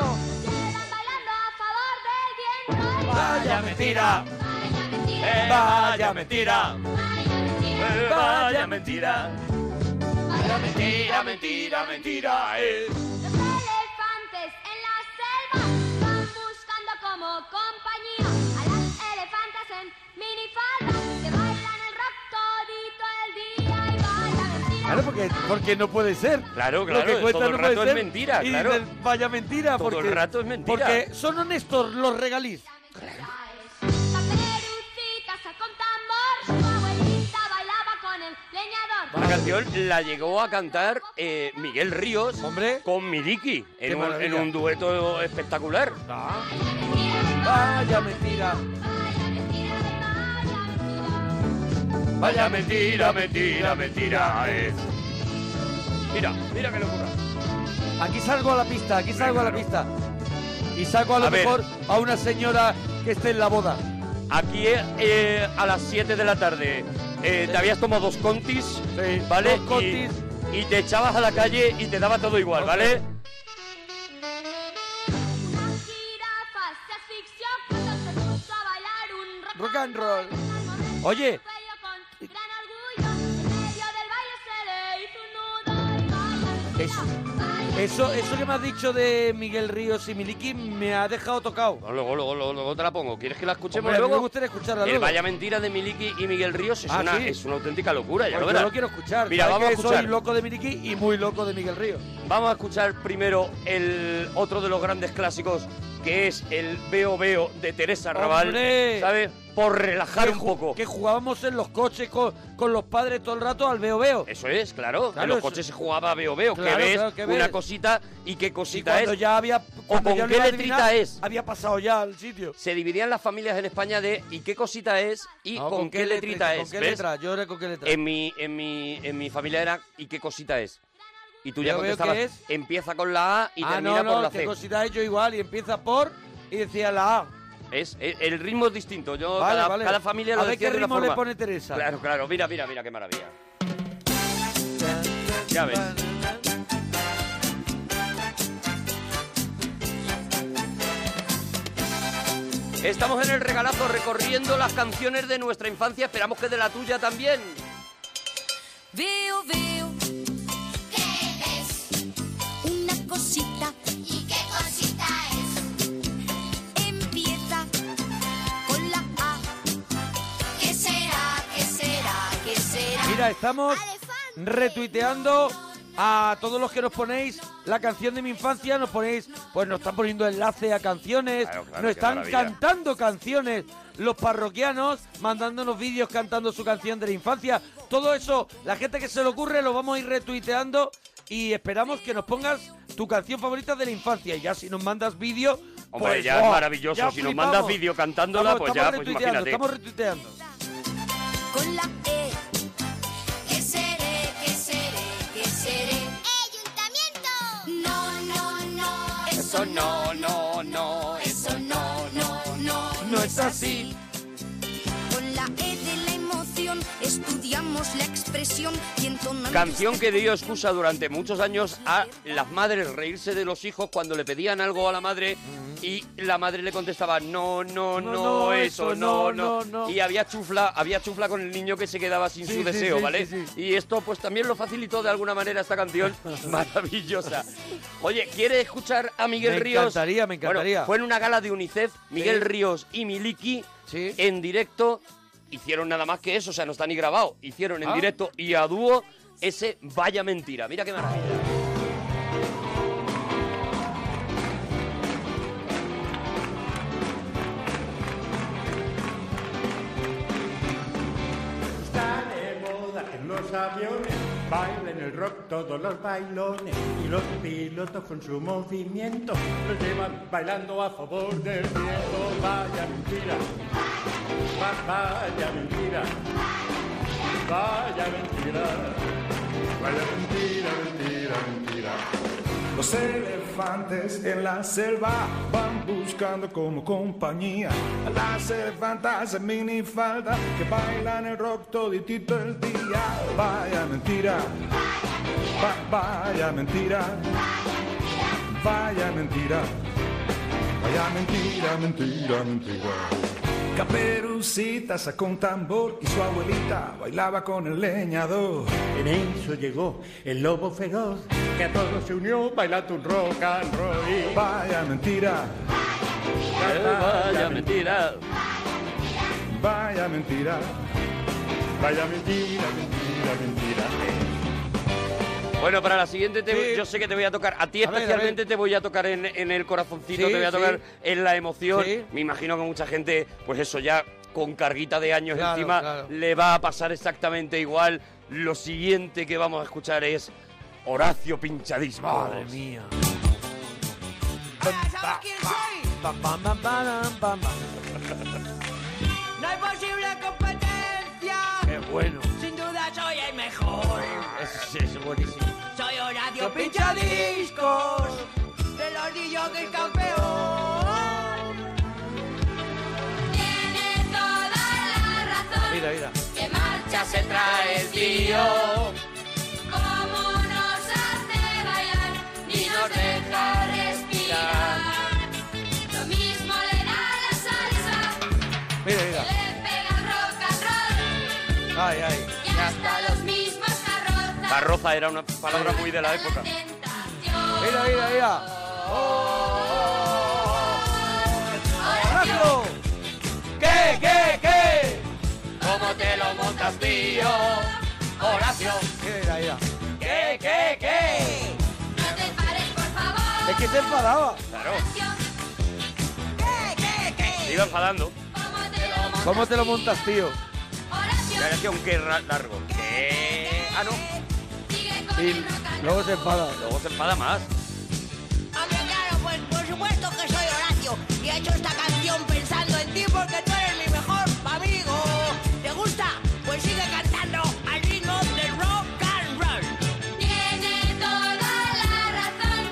A: ¡Movimiento!
D: van bailando a favor del viento.
A: ¡Vaya mentira!
D: Vaya
A: ¡Vaya
D: mentira,
A: mentira!
D: vaya mentira.
A: ¡Vaya mentira!
B: Mentira, mentira, mentira. eh.
D: Los elefantes en la selva van buscando como compañía a las elefantas en minifalda que bailan el rock todito el día y vaya mentira.
A: Claro, porque, porque no puede ser.
B: Claro,
A: Lo
B: claro,
A: que cuentan
B: todo el
A: no puede
B: rato es
A: ser.
B: mentira,
A: Y
B: claro.
A: dicen, vaya mentira.
B: Todo el
A: porque,
B: rato es mentira.
A: Porque son honestos los regaliz.
D: Caperucita sacó un tambor, su abuelita bailaba con el leñador.
B: La canción la llegó a cantar eh, Miguel Ríos
A: Hombre.
B: con Miliki
A: Qué
B: en un, en
A: maravilla.
B: un dueto espectacular.
A: Ah, Vaya mentira.
B: Vaya mentira, mentira, mentira. Mira, mira qué locura.
A: Aquí salgo a la pista, aquí salgo a la pista. Y saco a lo
B: A ver.
A: mejor a una señora que esté en la boda.
B: Aquí eh, a las 7 de la tarde eh, te habías tomado dos contis,
A: Sí,
B: ¿vale?
A: dos
B: Y-
A: contis.
B: Y, te echabas a la calle y te daba todo igual, ¿vale?
D: Una jirafa se asfixió cuando se puso a bailar un rock.
A: Rock and roll.
D: Al
A: Oye.
D: cuello con gran orgullo, en medio del baile se le hizo un nudo y baila,
A: Eso.
D: baila,
A: Eso, eso que me has dicho de Miguel Ríos y Miliki me ha dejado tocado.
B: No, Luego, luego, luego, luego te la pongo. ¿Quieres que la escuchemos
A: Hombre, a mí me
B: luego?
A: gustaría escucharla
B: El
A: luego.
B: Eh, Vaya Mentira de Miliki y Miguel Ríos es,
A: Ah,
B: una,
A: ¿sí?
B: es una auténtica locura, ya
A: Pues yo
B: lo verás.
A: lo quiero escuchar.
B: Mira,
A: Sabes
B: vamos a
A: que
B: escuchar.
A: Soy loco de Miliki y muy loco de Miguel Ríos.
B: Vamos a escuchar primero el otro de los grandes clásicos, que es el Veo Veo de Teresa Raval.
A: ¡Hombre!
B: ¿Sabes? Por relajar
A: Que
B: un
A: ju-
B: poco.
A: Que jugábamos en los coches con, con los padres todo el rato al veo veo.
B: Eso es, claro.
A: Claro,
B: en los
A: eso-
B: coches se jugaba Veo Veo.
A: Claro,
B: que ves
A: claro, que
B: una
A: ves.
B: cosita y qué
A: Y
B: cosita
A: cuando
B: es.
A: ya había. cuando
B: con
A: ya lo
B: qué
A: iba a
B: letrita
A: adivinar,
B: es.
A: Había pasado ya el sitio.
B: Se dividían las familias en España de y qué cosita es y
A: No,
B: con, qué, letrita es.
A: ¿Con qué
B: ¿ves?
A: letra? Yo era con qué letra.
B: En mi, en mi, en mi familia era y qué cosita es. Y tú ya
A: Veo Veo, ¿qué
B: contestabas,
A: es?
B: empieza con la A y
A: ah, no,
B: termina
A: no,
B: por la
A: qué
B: C.
A: cosita es yo igual. Y empieza por. Y decía la A.
B: Es, el, el ritmo es distinto. Yo,
A: Vale,
B: cada,
A: vale.
B: cada familia
A: A
B: lo
A: ver
B: decía
A: qué
B: de una
A: ritmo le
B: forma.
A: pone Teresa.
B: Claro, claro. Mira, mira, mira qué maravilla. Ya ves. Estamos en el regalazo recorriendo las canciones de nuestra infancia. Esperamos que de la tuya también.
F: Veo, veo. ¿Qué ves? Una cosita. ¿Y qué cosita es? Empieza con la A. ¿Qué será? ¿Qué será? ¿Qué será?
A: Mira, estamos retuiteando a todos los que nos ponéis la canción de mi infancia, nos ponéis, pues nos están poniendo enlace a canciones,
B: Claro,
A: nos
B: claro, qué
A: están
B: maravilla.
A: cantando canciones los parroquianos, mandándonos vídeos cantando su canción de la infancia. Todo eso, la gente que se le ocurre, lo vamos a ir retuiteando y esperamos que nos pongas tu canción favorita de la infancia. Y ya si nos mandas vídeo...
B: Hombre,
A: pues,
B: ya es
A: ¡oh!
B: maravilloso.
A: ya
B: Si nos
A: flipamos.
B: mandas vídeo cantándola,
A: Estamos-
B: pues ya,
A: estamos
B: pues
A: retuiteando,
B: imagínate.
A: Estamos retuiteando.
F: Con la E. ¿Qué seré? ¿Qué seré? ¿Qué seré? ¡Ayuntamiento! No, no, no. Eso no, no, no. Eso no, no, no.
A: No es así.
F: Con la E de la emoción estudiamos la expresión y este entonamos...
B: Canción que dio excusa durante muchos años a las madres reírse de los hijos cuando le pedían algo a la madre y la madre le contestaba no, no, no,
A: No, no,
B: eso,
A: eso,
B: no, no,
A: no, no".
B: Y había chufla, había chufla con el niño que se quedaba sin
A: Sí,
B: su
A: sí,
B: deseo,
A: sí,
B: ¿vale?
A: sí, sí.
B: Y esto pues también lo facilitó de alguna manera esta canción maravillosa. Oye, ¿quieres escuchar a Miguel
A: Me
B: Ríos?
A: encantaría, me
B: Bueno,
A: encantaría.
B: fue en una gala de UNICEF, Miguel Ríos y Miliki
A: Sí.
B: en directo hicieron nada más que eso, o sea, no está ni grabado. Hicieron en
A: Ah.
B: directo y a dúo ese Vaya Mentira. Mira qué maravilla.
E: Están de moda en los aviones, bailan el rock todos los bailones y los pilotos con su movimiento los llevan bailando a favor del viento. Vaya mentira, Va- vaya mentira, vaya mentira, vaya mentira, mentira, mentira.
I: Los elefantes en la selva van buscando como compañía a las elefantas en minifalda que bailan el rock toditito el día. Vaya mentira, Va- vaya mentira, vaya mentira, vaya mentira, mentira, mentira. Caperucita sacó un tambor y su abuelita bailaba con el leñador.
E: En eso llegó el lobo feroz que a todos se unió bailando un rock and roll. Y
I: Vaya mentira,
B: Eh, Vaya Mentira.
I: vaya mentira.
E: Vaya mentira, mentira, mentira.
B: Bueno, para la siguiente te-
A: Sí.
B: yo sé que te voy a tocar, a ti
A: A ver, a
B: especialmente
A: ver.
B: te voy a tocar en, en el corazoncito,
A: Sí,
B: te voy a
A: sí.
B: tocar en la emoción.
A: Sí.
B: Me imagino que mucha gente, pues eso ya con carguita de años
A: Claro,
B: encima,
A: claro.
B: le va a pasar exactamente igual. Lo siguiente que vamos a escuchar es Horacio Pinchadismo.
A: Madre mía. Pam, pam, pam, pam, pam, pam.
C: No hay posible competencia.
A: Qué bueno.
C: Sin duda soy el mejor.
A: Es, es buenísimo.
C: Soy
F: Pero Radio Pincha Discos, de los DJ que es campeón.
D: Tiene toda la razón.
A: Mira, mira.
D: Que marcha se trae el tío. Como nos hace bailar y nos deja respirar. Lo mismo le da la salsa,
A: Mira, mira.
D: le pega el rock and roll
A: Ay, ay.
D: y hasta los mismos carrozas.
B: Carroza era una palabra muy de la época.
D: Tentación.
A: Mira, mira, mira. Oh.
D: Horacio,
A: ¡Hazlo! ¿Qué, qué, qué?
B: ¿Cómo te lo montas, tío? Horacio.
A: Mira, mira.
B: ¿Qué, qué, qué?
D: no te pares, por favor.
A: Es que se enfadaba.
B: Claro,
D: ¿Qué, qué,
B: se
D: qué?
B: iba enfadando.
D: ¿Cómo te lo montas?
A: ¿Cómo te lo montas, tío?
D: Horacio,
B: La canción que ra- largo. ¿Qué? Ah, no.
D: sigue con
A: Y
D: el rock and
A: luego se enfada.
B: Luego se enfada más.
F: Hombre, claro, pues por supuesto que soy Horacio y he hecho esta canción pensando en ti porque tú eres mi mejor amigo. ¿Te gusta? Pues sigue cantando al ritmo del rock and roll.
D: Tiene toda la razón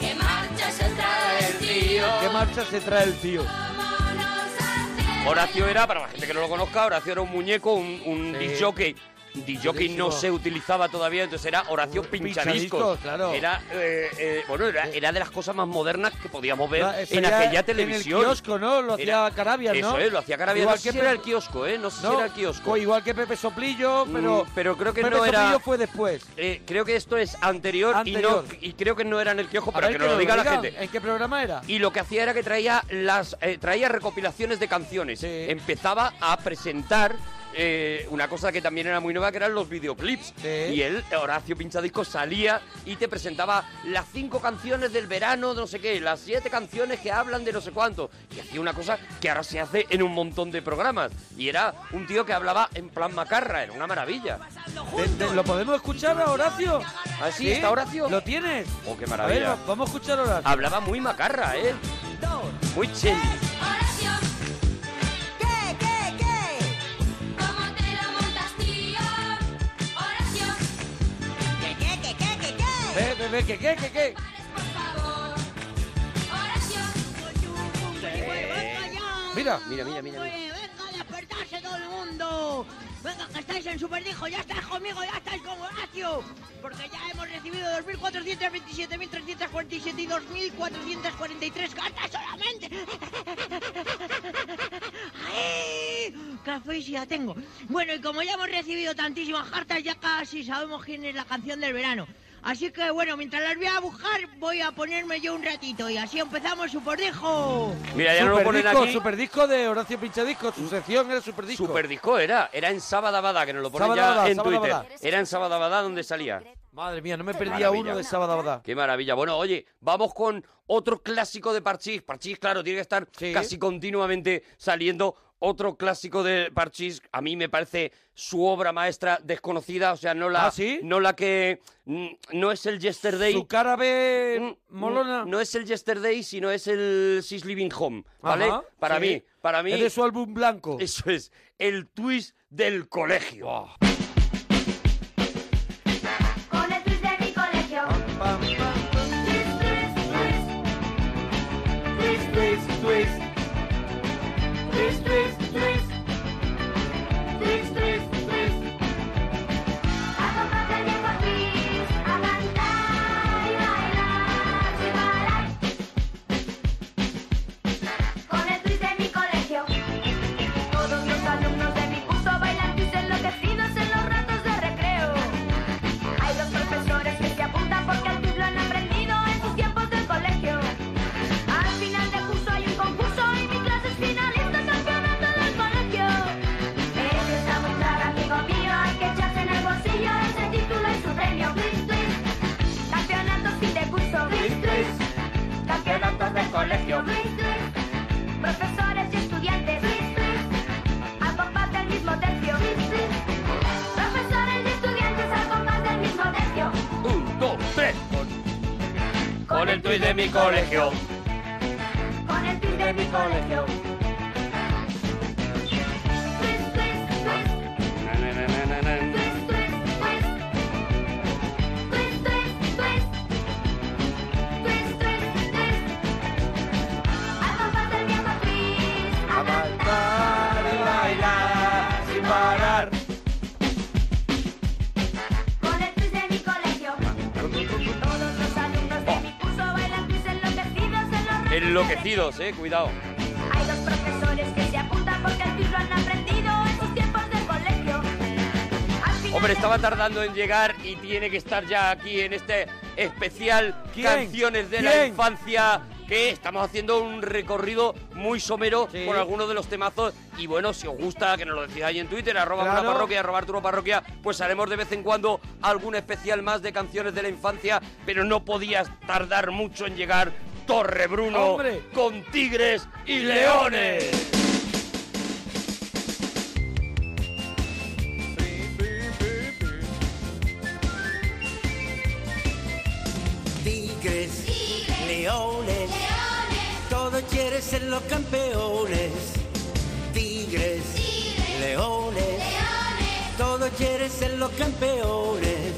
D: que marcha se trae el tío.
A: ¿Qué marcha se trae el tío?
D: Como nos hace
B: Horacio era, para la gente que no lo conozca, Horacio era un muñeco, un, un
A: Sí.
B: disjockey. Disjockey no
A: Buenísimo.
B: se utilizaba todavía, entonces era Horacio
A: Un
B: Pinchadiscos.
A: pinchadiscos, claro.
B: Era, eh, eh, bueno, era, era de las cosas más modernas que podíamos ver
A: Ah, eso
B: en
A: ya
B: aquella televisión.
A: En el kiosco, ¿no? Lo hacía
B: Era-
A: Carabias, ¿no?
B: Eso es, lo hacía Carabias.
A: Igual
B: no
A: que
B: sé si era
A: Pe-
B: el kiosco, ¿eh? No sé si
A: ¿no?
B: era el kiosco.
A: O Igual que Pepe Soplillo, pero...
B: Mm, pero creo que
A: Pepe
B: no era-
A: Soplillo fue después.
B: Eh, creo que esto es anterior,
A: Anterior.
B: Y, no, y creo que no era en el kiosco,
A: A
B: pero
A: ver
B: que nos lo diga la gente.
A: ¿En qué programa era?
B: Y lo que hacía era que traía las eh, traía recopilaciones de canciones.
A: Sí.
B: Empezaba a presentar eh, una cosa que también era muy nueva, que eran los videoclips.
A: Sí.
B: Y él, Horacio Pinchadisco, salía y te presentaba las cinco canciones del verano, no sé qué, las siete canciones que hablan de no sé cuánto. Y hacía una cosa que ahora se hace en un montón de programas. Y era un tío que hablaba en plan macarra, era una maravilla.
A: De- de- ¿Lo podemos escuchar a Horacio?
B: Ah, sí, está Horacio.
A: ¿Lo tienes?
B: Oh, qué
A: A ver,
B: maravilla.
A: va- vamos a escuchar a Horacio.
B: Hablaba muy macarra, ¿eh? Muy chelly.
D: Horacio,
F: ¿Qué, qué, qué?
D: ¿cómo te lo montas, tío? Horacio,
F: ¿Qué, qué, qué, qué, qué,
B: Ah.
F: qué?
A: Ve, ve, ve, que qué, que qué.
D: pares, por favor. Horacio,
A: Mira.
B: Mira, mira, mira. mira.
F: Venga, despertarse todo el mundo. Venga, que estáis en Superdijo, ya estáis conmigo, ya estáis con Horacio. Porque ya hemos recibido 2.427.347 y 2.443 cartas solamente. ¡Ay! Café sí ya tengo. Bueno, y como ya hemos recibido tantísimas cartas, ya casi sabemos quién es la canción del verano. Así que bueno, mientras las voy a buscar, voy a ponerme yo un ratito y así empezamos Superdijo.
B: Mira, ya no lo ponen
A: Superdisco,
B: aquí. Mm.
A: Superdisco de Horacio Pinchadisco. Su sección era Superdisco.
B: Superdisco era, era en Sabadabada, que nos lo ponen
A: Sábado
B: ya
A: Abadá,
B: en
A: Sábado
B: Twitter.
A: Abadá.
B: Era en Sabadabada donde salía.
A: Madre mía, no me
B: Qué
A: perdía uno
B: maravilla.
A: de sábado, ¿verdad?
B: Qué maravilla. Bueno, oye, vamos con otro clásico de Parchís. Parchís, claro, tiene que estar
A: Sí.
B: casi continuamente saliendo. Otro clásico de Parchís, a mí me parece su obra maestra desconocida, o sea, no la,
A: ¿Ah, sí?
B: no la que mm, no es el Yesterday,
A: Su cara ve
B: Mm,
A: molona.
B: mm, No es el Yesterday, sino es el She's Living Home, ¿vale?
A: Ajá,
B: para
A: sí.
B: mí, para mí.
A: Es de su álbum blanco.
B: Eso es, el twist del colegio.
A: Ah.
J: Con el twist de mi colegio. Twist, twist, twist. Twist, twist, twist. Twist, twist, twist. Twist, twist, twist. Acompáñame por ti a cantar y bailar sin parar. Con el twist de mi colegio. Todos los alumnos de mi curso bailan twist enloquecidos en los ratos de recreo. Hay dos profesores que se apuntan porque el twist lo han aprendido en sus tiempos del colegio. Al final del curso hay un concurso y mi clase es finalista campeonato del colegio. Eso está muy claro, amigo mío, hay que echarse en el bolsillo ese título y su premio. Twist, twist. Campeonatos sin de curso. Twist, twist. Campeonatos del colegio. Twist, twist. Profesores y estudiantes. Twist, twist. Al compás del mismo tercio. Twist, twist. Profesores y estudiantes al compás del mismo tercio.
B: Un, dos, tres, con, con el twist de mi colegio.
J: Con el twist de mi colegio. Twist, twist, twist,
B: Na, na, na, na, na, na.
J: twist, twist, twist. Twist, twist, twist.
B: enloquecidos, eh, cuidado.
J: Hay los profesores que se apuntan porque al fin lo han aprendido en sus tiempos del colegio. Al final
B: Hombre, estaba tardando en llegar y tiene que estar ya aquí en este especial
A: ¿Quién?
B: Canciones de la
A: ¿Quién?
B: Infancia que estamos haciendo un recorrido muy somero por algunos de los temazos y bueno, si os gusta que nos lo decís ahí en Twitter, arroba
A: Claro.
B: una parroquia, arroba Arturo Parroquia, pues haremos de vez en cuando algún especial más de canciones de la infancia, pero no podías tardar mucho en llegar Torre Bruno
A: ¡Hombre!
B: con Tigres y Leones.
C: Tigres, leones, todos quieren ser los campeones. Tigres, leones, todos quieren ser los campeones.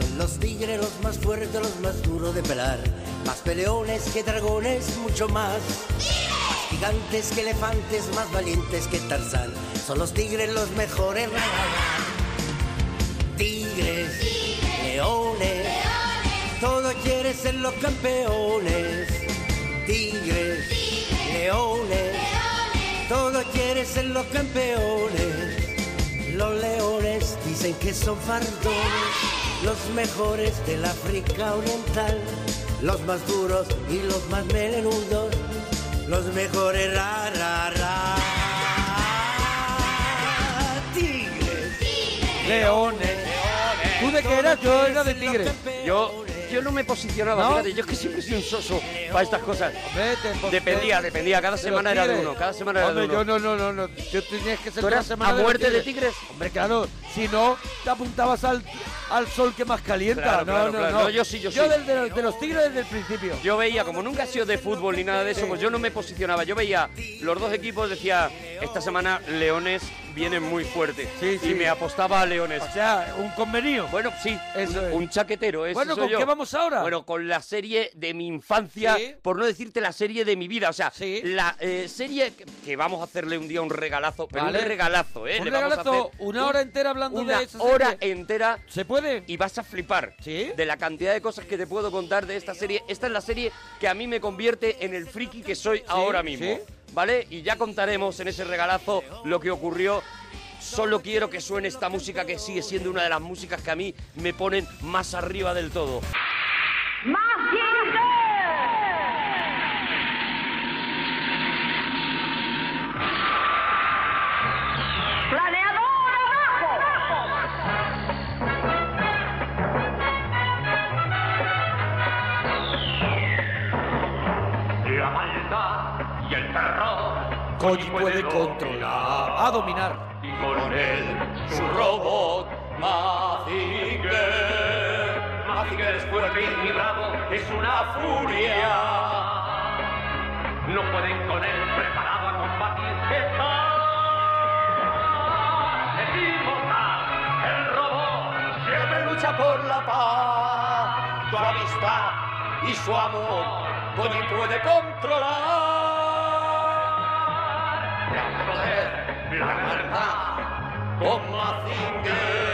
C: Son los tigres los más fuertes, los más duros de pelar. Más peleones que dragones, mucho más. Más gigantes que elefantes, más valientes que Tarzán. Son los tigres los mejores. ra, ra, ra. Tigres, leones, todos quieren ser los campeones. Tigres, leones, todos quieren ser los campeones. Los leones dicen que son fardones, los mejores del África Oriental, los más duros y los más melenudos, los mejores ra ra ra. Tigres,
A: Leones. ¿Tú de qué eras? Yo era de Tigres.
B: Yo, yo no me posicionaba,
A: ¿No?
B: fíjate, yo es que siempre soy un soso para estas cosas.
A: Vete, pues,
B: Dependía,
A: te-
B: dependía, cada
A: de
B: semana
A: los
B: era de
A: Tigres.
B: uno, cada semana era de
A: Hombre,
B: uno.
A: yo no, no, no, no. Yo tenías que ser
B: ¿Tú
A: cada
B: eras
A: semana
B: a
A: los
B: muerte de Tigres?
A: Hombre, claro, si no, te apuntabas al, al sol que más calienta.
B: Claro,
A: no,
B: claro,
A: no,
B: claro.
A: no.
B: No, yo sí, yo sí.
A: del- de, los- de los Tigres desde el principio.
B: Yo veía, como nunca he sido de fútbol ni nada de eso, pues yo no me posicionaba. Yo veía los dos equipos, decía, esta semana Leones vienen muy fuerte.
A: Sí, sí.
B: Y me apostaba a Leones.
A: O sea, un convenio.
B: Bueno, sí,
A: Eso
B: un,
A: es.
B: un chaquetero. ese
A: Bueno,
B: soy
A: ¿con
B: yo.
A: qué vamos ahora?
B: Bueno, con la serie de mi infancia,
A: Sí.
B: por no decirte la serie de mi vida. O sea,
A: Sí.
B: la eh, serie que- que vamos a hacerle un día un regalazo, pero
A: Vale.
B: un regalazo, ¿eh?
A: Un
B: Le vamos a
A: regalazo,
B: hacer
A: una
B: un-
A: hora entera hablando
B: una
A: de esa serie.
B: hora entera
A: ¿Se puede?
B: y vas a flipar
A: ¿Sí?
B: de la cantidad de cosas que te puedo contar de esta serie. Esta es la serie que a mí me convierte en el friki que soy ahora mismo.
A: sí.
B: ¿Vale? Y ya contaremos en ese regalazo lo que ocurrió. Solo quiero que suene esta música que sigue siendo una de las músicas que a mí me ponen más arriba del todo.
J: ¡Planeador abajo!
G: La maldad y el terror
A: Koji puede controlar, a dominar.
G: y con él su robot Mazinger. Mazinger es fuerte y bravo, es una furia. No pueden con él, preparado a combatir. Está es inmortal, el robot siempre lucha por la paz, su amistad y su amor. Koji puede controlar el poder, la maldad, con Mazinger.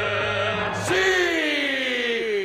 B: Y
G: ¡Sí!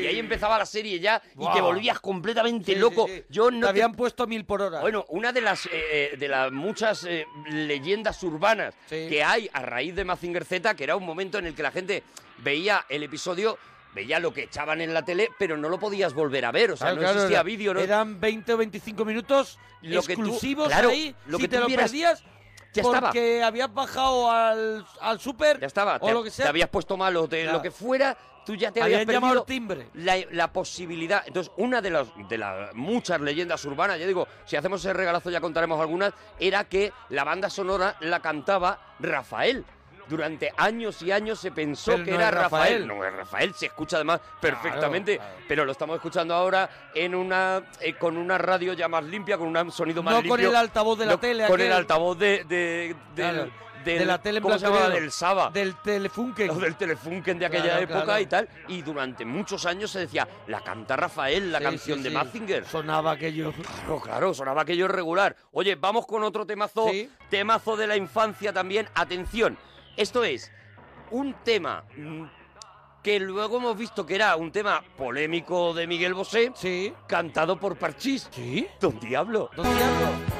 B: ahí empezaba la serie ya y te
A: Guau.
B: volvías completamente
A: Sí,
B: loco.
A: sí, sí.
B: Yo
A: Te
B: no te-
A: habían puesto a mil por hora.
B: Bueno, una de las eh, eh, de las muchas eh, leyendas urbanas
A: Sí.
B: que hay a raíz de Mazinger Z, que era un momento en el que la gente veía el episodio, veía lo que echaban en la tele, pero no lo podías volver a ver, o sea,
A: Ah, Claro,
B: no
A: claro,
B: existía
A: era-
B: vídeo, no
A: Eran 20 o 25 minutos
B: Lo que tú-
A: exclusivos
B: claro,
A: ahí.
B: lo
A: si
B: que
A: te
B: tú
A: lo
B: vieras,
A: perdías,
B: ya estaba.
A: porque habías bajado al, al súper
B: ya estaba,
A: o
B: te,
A: lo que sea.
B: te habías puesto malo, de
A: Ya.
B: lo que fuera, tú ya te
A: Habían
B: habías perdido
A: llamado al timbre.
B: La, la posibilidad. Entonces, una de las de las muchas leyendas urbanas, ya digo, si hacemos ese regalazo ya contaremos algunas, era que la banda sonora la cantaba Rafael. Durante años y años se pensó
A: Pero
B: que
A: no
B: era
A: es Rafael.
B: Rafael. No es Rafael, se escucha además perfectamente, pero lo estamos escuchando ahora en una eh, con una radio ya más limpia, con un sonido más
A: No
B: limpio.
A: con el altavoz de la tele
B: Con
A: aquel.
B: el altavoz de, de- del-
A: Claro,
B: del-
A: de la tele en
B: ¿Cómo se
A: blanco y
B: llamaba?
A: negro.
B: Del Saba
A: Del Telefunken.
B: los del Telefunken de aquella
A: Claro,
B: época
A: claro.
B: y tal. Y durante muchos años se decía, la canta Rafael, la
A: Sí,
B: canción
A: sí,
B: de
A: sí.
B: Mazinger.
A: Sonaba aquello.
B: Claro, claro, sonaba aquello regular. Oye, vamos con otro temazo,
A: Sí.
B: temazo de la infancia también. Atención, esto es un tema mm, que luego hemos visto que era un tema polémico de Miguel Bosé, cantado por Parchís.
A: ¿Sí?
B: Don Diablo.
A: Don Diablo.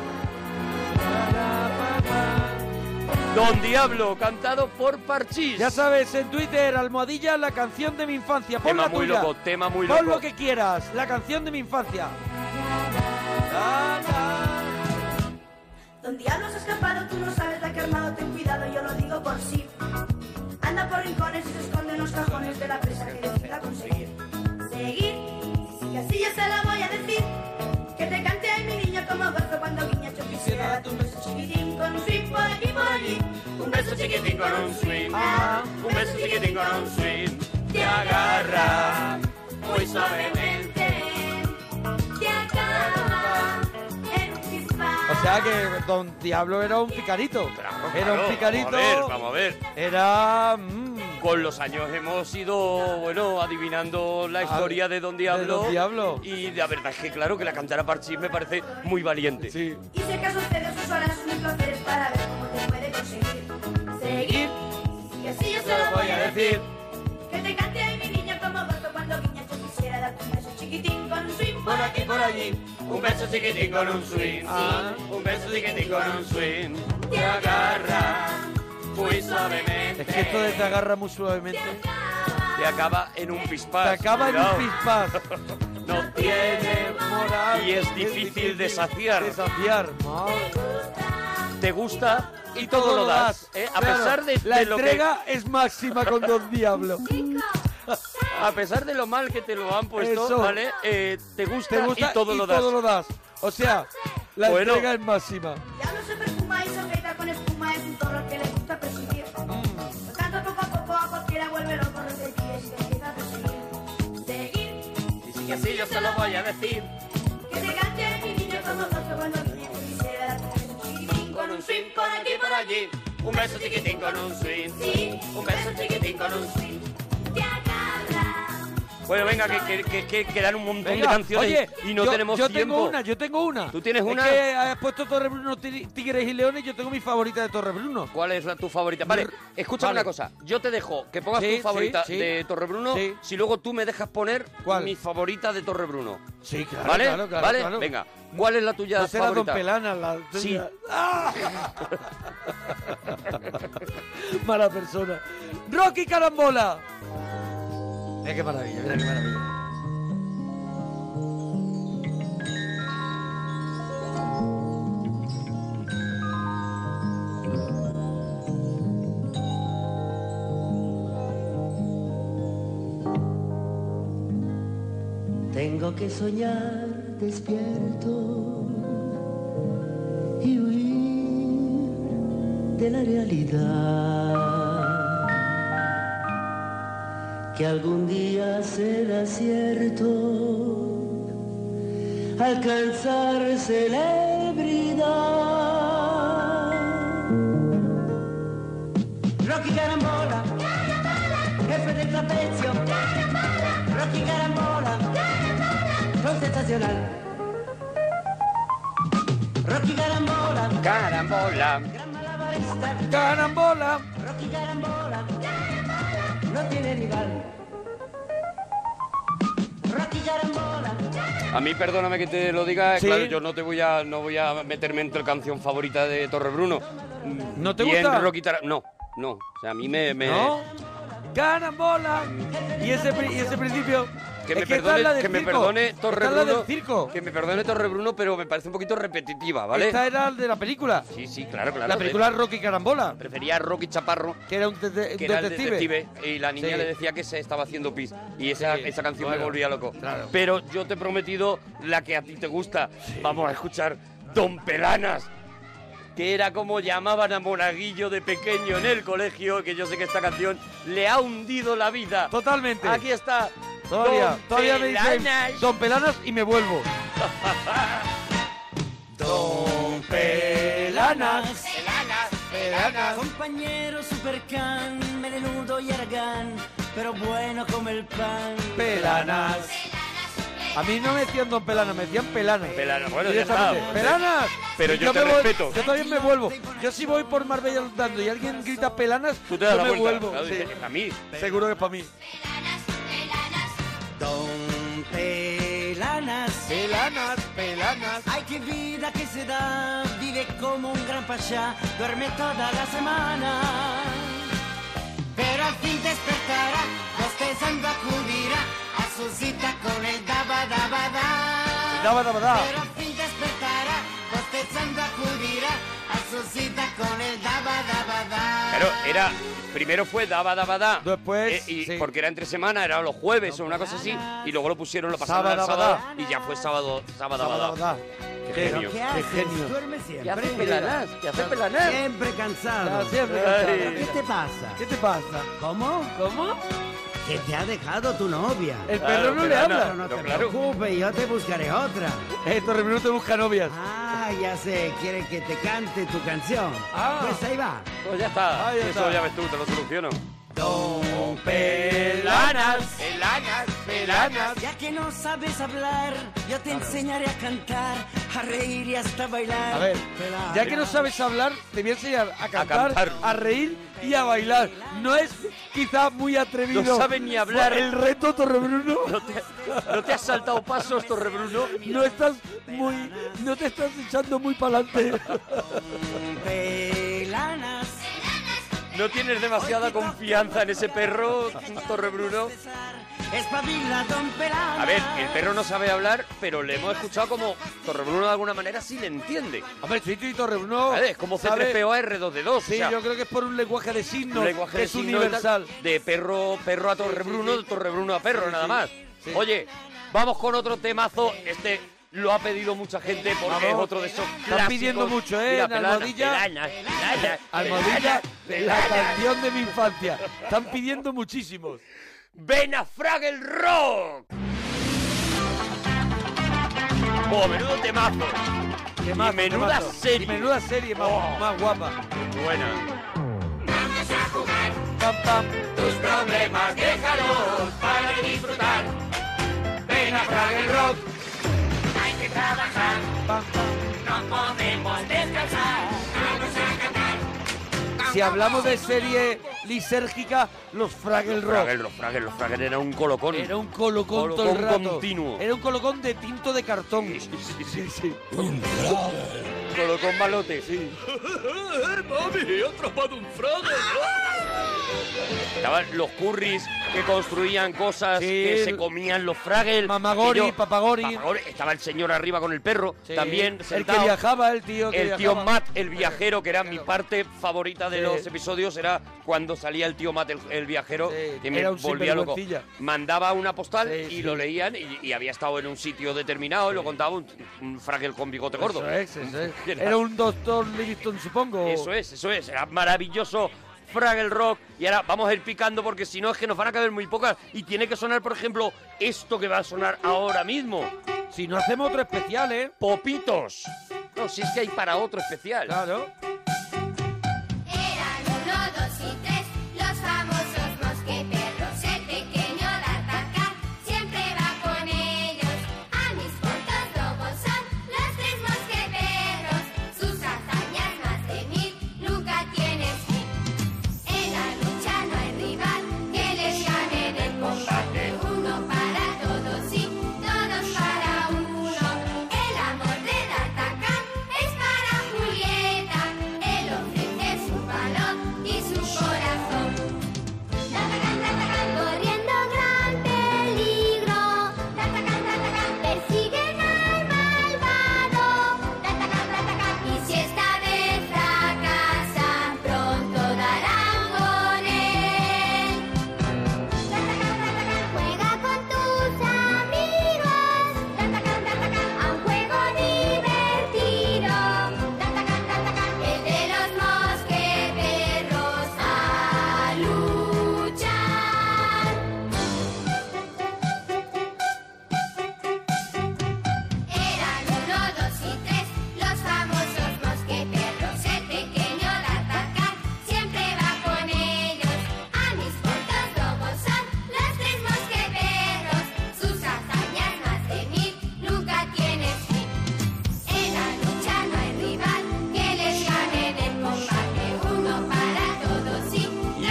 B: Don Diablo, cantado por Parchís.
A: Ya sabes, en Twitter, almohadilla, la canción de mi infancia. Pon
B: Tema
A: la
B: muy
A: tuya.
B: loco, tema muy
A: Pon
B: loco.
A: lo que quieras, la canción de mi infancia.
J: Don Diablo se ha escapado, tú no sabes la que ha armado, ten cuidado, yo lo digo por sí. Anda por rincones y se esconde en los cajones de la presa que decida conseguir. Seguir, y así ya se la voy a decir. Que te cante ay mi niño como gozo cuando guiña yo quisiera darte un beso chiquitín con un swing por aquí por allí. Un beso chiquitín con un swing, ah, un beso chiquitín con un swing. Te agarra muy suavemente, te acaba en chispa.
A: O sea que Don Diablo era un picarito. Era
B: Claro,
A: un picarito.
B: Vamos a ver, vamos a ver.
A: Era. mm.
B: Con los años hemos ido, bueno, adivinando la historia de Don Diablo.
A: Ah, Don Diablo.
B: Y la verdad es que, claro, que la cantara Parchís me parece muy valiente.
A: Sí.
J: Y si acaso ustedes usarán sus placeres para ver cómo te puede conseguir seguir. Y así yo se lo voy a decir. Que te cante ay mi niño como gato cuando guiña yo quisiera darte un beso chiquitín con un swing por aquí por allí.
B: Un beso chiquitín con un swing.
J: Ah.
B: Un beso chiquitín con un swing. pues
J: Te agarra muy suavemente.
A: Es que esto de te agarra muy suavemente.
B: Te acaba en un pispás.
A: Te acaba en un
B: cuidado.
A: pispás.
B: No tiene moral. Y es difícil de saciar.
A: Desafiar. Madre.
B: Te gusta y todo lo das. ¿eh? A
A: Claro,
B: pesar de,
A: La
B: de lo que
A: entrega es máxima con Don Diablo.
B: A pesar de lo mal que te lo han puesto,
A: Eso.
B: ¿vale? Eh, te, gusta
A: Te gusta
B: y todo lo das.
A: Todo lo das. O sea, la
B: Bueno.
A: entrega es máxima.
J: Ya no se perfuma y se afeita con espuma es un toro que le gusta perseguir. Por tanto poco a poco a cualquiera vuelve loco repetir y te empieza a perseguir. Seguir.
B: Y sí que sí, yo se lo voy a decir.
J: Que te cante mi niño como gozo cuando guiña yo quisiera darte un beso chiquitín con un swing por aquí por allí.
B: Un beso chiquitín con un swing.
J: Sí, un beso chiquitín con un swing. Te agarra.
B: Bueno, venga, que, que, que- que quedan un montón
A: Venga,
B: de canciones
A: oye,
B: y no
A: yo-
B: tenemos
A: yo
B: tiempo.
A: tengo una, yo tengo una.
B: ¿Tú tienes
A: Es
B: una?
A: que eh, has puesto Torrebruno, Ti- Tigres y Leones, yo tengo mi favorita de Torrebruno.
B: ¿Cuál es la- tu favorita? Vale,
A: Yo-
B: escúchame
A: vale.
B: una cosa. Yo te dejo que pongas
A: Sí,
B: tu favorita
A: sí, sí.
B: de Torrebruno
A: Sí.
B: si luego tú me dejas poner
A: ¿Cuál?
B: mi favorita de Torrebruno.
A: Sí, claro,
B: ¿Vale?
A: claro, claro,
B: ¿Vale?
A: claro.
B: Venga, ¿cuál es la tuya
A: No será Don
B: favorita?
A: Pelana la
B: Sí.
A: tuya. ¡Ah! Mala persona. Rocky Carambola. Mira qué maravilla, mira qué maravilla.
C: Tengo que soñar despierto y huir de la realidad. Que algún día será cierto alcanzar celebridad. Rocky Carambola, jefe del trapecio, Rocky Carambola, son sensacional. Rocky Carambola,
B: Carambola.
C: gran malabarista,
A: Carambola.
C: Rocky Carambola, no tiene rival. Rocky Carambola,
B: A mí, perdóname que te lo diga, eh,
A: Sí.
B: claro, yo no te voy a, no voy a meterme en tu canción favorita de Torre Bruno.
A: ¿No te
B: Bien,
A: gusta?
B: Rocky eh. Tara- No, no. O sea, a mí me. me-
A: ¿No? ¡Carambola! Y ese, pri- y ese principio.
B: Que
A: Es
B: me,
A: esta es
B: perdone,
A: la del
B: que me
A: circo.
B: perdone
A: Esta
B: Torre
A: es la
B: Bruno.
A: del circo.
B: Que me perdone Torre Bruno, pero me parece un poquito repetitiva, ¿vale?
A: Esta era de la película.
B: Sí, sí, claro, claro.
A: la película Rocky Carambola,
B: Prefería a Rocky Chaparro.
A: que era un, dete-
B: que
A: un
B: era el detective y la niña
A: Sí.
B: le decía que se estaba haciendo pis y esa,
A: Sí,
B: esa canción
A: bueno,
B: me volvía loco.
A: claro.
B: Pero yo te he prometido la que a ti te gusta. Vamos a escuchar Don Pelanas, que era como llamaban a Monaguillo de pequeño en el colegio, que yo sé que esta canción le ha hundido la vida.
A: Totalmente.
B: Aquí está.
A: Todavía,
B: Don
A: todavía me dicen
B: Pelanas.
A: Don Pelanas y me vuelvo.
B: Don Pelanas. Pelanas. Pelanas.
C: compañero supercan, melenudo y aragán, pero bueno como el pan.
A: Pelanas. A mí no me decían Don Pelanas, me decían Pelanas.
B: Pelanas, Ah, bueno, ya está.
A: Directamente. ¡Pelanas!
B: Pero
A: Y
B: yo te
A: me voy-
B: respeto.
A: yo también me vuelvo. Yo si voy por Marbella andando y alguien grita Pelanas,
B: Tú te
A: yo
B: das la
A: me
B: vuelta.
A: vuelvo.
B: Claro,
A: Sí.
B: dices, A mí.
A: Seguro que es para mí.
K: pelanas, pelanas.
C: Ay, qué vida que se da, vive como un gran pasha, duerme toda la semana. Pero al fin despertará, bostezando acudirá a su cita con el daba daba da.
A: Daba, daba, da.
C: Pero al fin despertará, bostezando acudirá a su cita con el daba daba da.
B: Claro, era. Primero fue Daba Daba Da. Eh,
A: Después.
B: y, Porque era entre semana, era los jueves o una cosa así. Y luego lo pusieron, lo pasaron
A: Sábado,
B: al
A: Daba,
B: sábado. Y ya fue sábado, sábado,
A: Daba,
B: Daba Da.
A: Daba,
B: Qué
A: Qué-
B: genio.
A: qué haces? genio.
K: Duerme siempre.
B: hace pelanás, te hace pelanás.
K: Siempre cansado.
C: Claro, siempre
K: Ay.
C: cansado.
K: ¿Qué te pasa?
A: ¿Qué te pasa?
K: ¿Cómo?
A: ¿Cómo?
K: Que te ha dejado tu novia.
A: El perro no le habla.
K: Pero no te preocupes, yo te buscaré otra.
A: Eh, Torremolinos te busca novias.
K: Ah, ya sé, quiere que te cante tu canción.
A: Ah.
K: Pues ahí va.
B: Pues ya está.
K: Ah, ya
B: Eso
K: está.
B: ya ves tú, te lo soluciono.
K: Don
B: Pelanas,
C: pelanas,
B: pelanas.
C: Ya que no sabes hablar, yo te enseñaré a cantar, a reír y hasta bailar.
A: A ver,
C: Pelanas.
A: ya que no sabes hablar, te voy a enseñar a cantar, a,
B: cantar.
A: reír y a bailar. No es quizá muy atrevido.
B: No sabe ni hablar.
A: El reto Torrebruno.
B: No te, no te has saltado pasos, Torrebruno.
A: No estás muy. No te estás echando muy para adelante.
C: Pelanas.
B: No tienes demasiada confianza en ese perro, Torrebruno.
C: Espabila, don Pelanas.
B: A ver, el perro no sabe hablar, pero le hemos escuchado como Torrebruno de alguna manera sí le entiende.
A: Hombre, sí, sí, Torrebruno.
B: ¿Sabes? Es como
A: sabe-
B: C3PO a R2D2.
A: Sí,
B: o sea,
A: yo creo que es por un lenguaje de signos
B: un lenguaje
A: que
B: de
A: es
B: signo y tal,
A: universal.
B: De perro, perro a Torrebruno, de Torrebruno a perro, nada más. Oye, vamos con otro temazo. Este lo ha pedido mucha gente porque
A: Vamos.
B: es otro de esos
A: Están
B: clásicos.
A: pidiendo mucho, ¿eh?
B: Mira,
A: En
B: pelana,
A: Almohadilla.
B: pelana, pelana,
A: Almohadilla,
B: pelana,
A: la
B: pelana.
A: canción de mi infancia. Están pidiendo muchísimos.
B: ¡Ven a Frag el Rock! ¡Oh, menudo temazo!
A: Temazo,
B: Y menuda
A: temazo.
B: serie.
A: Y menuda serie más,
B: Oh.
A: más guapa.
B: Buena.
L: Vamos a jugar,
A: Pam, pam.
L: tus problemas déjalos para disfrutar. Ven a Frag el Rock. Hay que trabajar, no podemos descansar. Vamos a cantar.
A: Si hablamos de serie lisérgica, los Fraggle Rock.
B: Frag el Rock, Frag el Rock, Frag el- era un colocón.
A: Era un colocón, todo el
B: Colocón
A: rato.
B: continuo.
A: Era un colocón de tinto de cartón. Sí, sí, sí.
B: colocón malote. Sí.
M: ¡Mami! ¡He atrapado un fraude!
B: Estaban los curris que construían cosas,
A: Sí.
B: que se comían los Fragel.
A: Mamagori,
B: que yo-
A: papagori.
B: Papagori. Estaba el señor arriba con el perro,
A: Sí.
B: también
A: El que
B: sentado.
A: viajaba, el tío que
B: El tío
A: viajaba.
B: Matt, el viajero, que era mi parte favorita de
A: Sí.
B: los episodios, era cuando salía el tío Matt, el, el viajero,
A: Sí,
B: que me
A: era un
B: volvía loco.
A: sinvergüencilla.
B: Mandaba una postal
A: Sí,
B: y
A: sí.
B: lo leían y, y había estado en un sitio determinado y lo contaba un, un Fragel con bigote gordo.
A: Eso es, eso es.
B: Era-
A: Era un doctor Livingston, supongo.
B: Eso es, eso es. Era maravilloso Fraggle Rock. Y ahora vamos a ir picando porque si no es que nos van a caber muy pocas. Y tiene que sonar, por ejemplo, esto que va a sonar ahora mismo.
A: Si no hacemos otro especial, ¿eh?
B: Popitos. No, si es que hay para otro especial.
A: Claro.
D: Eran uno, dos y tres, los famosos mosqueteros. El pequeño D'Artagnan siempre va con ellos. A mis puntos lobos son los tres mosqueteros. Sus hazañas más de mil nunca tienen fin. En la lucha no hay rival que les gane en el combate. Uno para todos y todos para uno. El amor de D'Artagnan es para Julieta.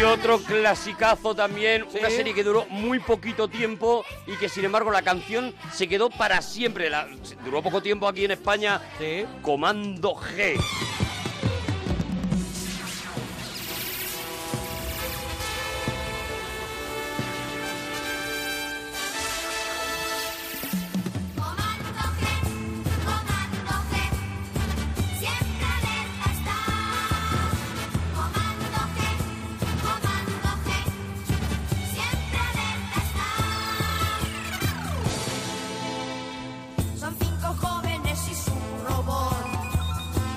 B: otro clasicazo también, una serie que duró muy poquito tiempo y que sin embargo la canción se quedó para siempre. La- duró poco tiempo aquí en España. Comando G.
F: Siempre alerta está. Comando G, comando G. Siempre alerta está.
J: Son cinco jóvenes y su robot,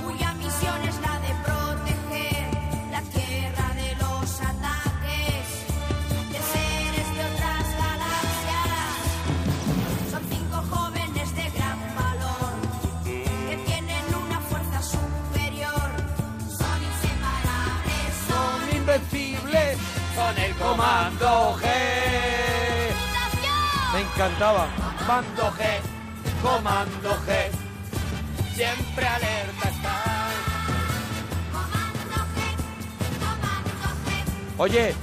J: cuya misión es la de proteger la tierra de los ataques de seres de otras galaxias. Son cinco jóvenes de gran valor, que tienen una fuerza superior. Son inseparables, son
A: invencibles,
B: son el
A: Comando G. Me encantaba.
G: Comando G, comando G, siempre alerta está.
A: Oye,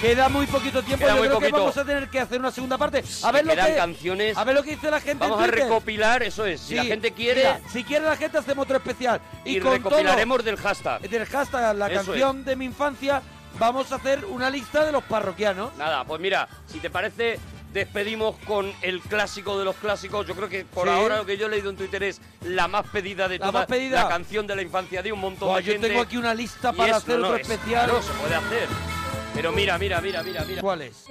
A: queda muy poquito tiempo.
B: Queda
A: Yo
B: muy
A: creo
B: poquito.
A: que vamos a tener que hacer una segunda parte. A
B: que
A: ver lo
B: quedan
A: que
B: canciones.
A: A ver lo que dice la gente. en
B: Vamos a
A: Twitter.
B: recopilar, eso es. Si la
A: Sí,
B: gente quiere
A: mira, si quiere la gente hacemos otro especial
B: y,
A: y, con todo-
B: recopilaremos del hashtag.
A: del hashtag la
B: Eso es.
A: canción de mi infancia. Vamos a hacer una lista de los parroquianos.
B: Nada, pues mira, si te parece, despedimos con el clásico de los clásicos. Yo creo que por
A: Sí.
B: ahora lo que yo he leído en Twitter es la más pedida de
A: La
B: todas,
A: más pedida.
B: la canción de la infancia de un montón
A: Buah,
B: de
A: yo
B: gente.
A: tengo aquí una lista
B: Y
A: para
B: es-
A: hacer
B: no, no,
A: otro
B: es-
A: especial.
B: claro, se puede hacer. Pero mira, mira, mira, mira, mira.
A: ¿Cuál es?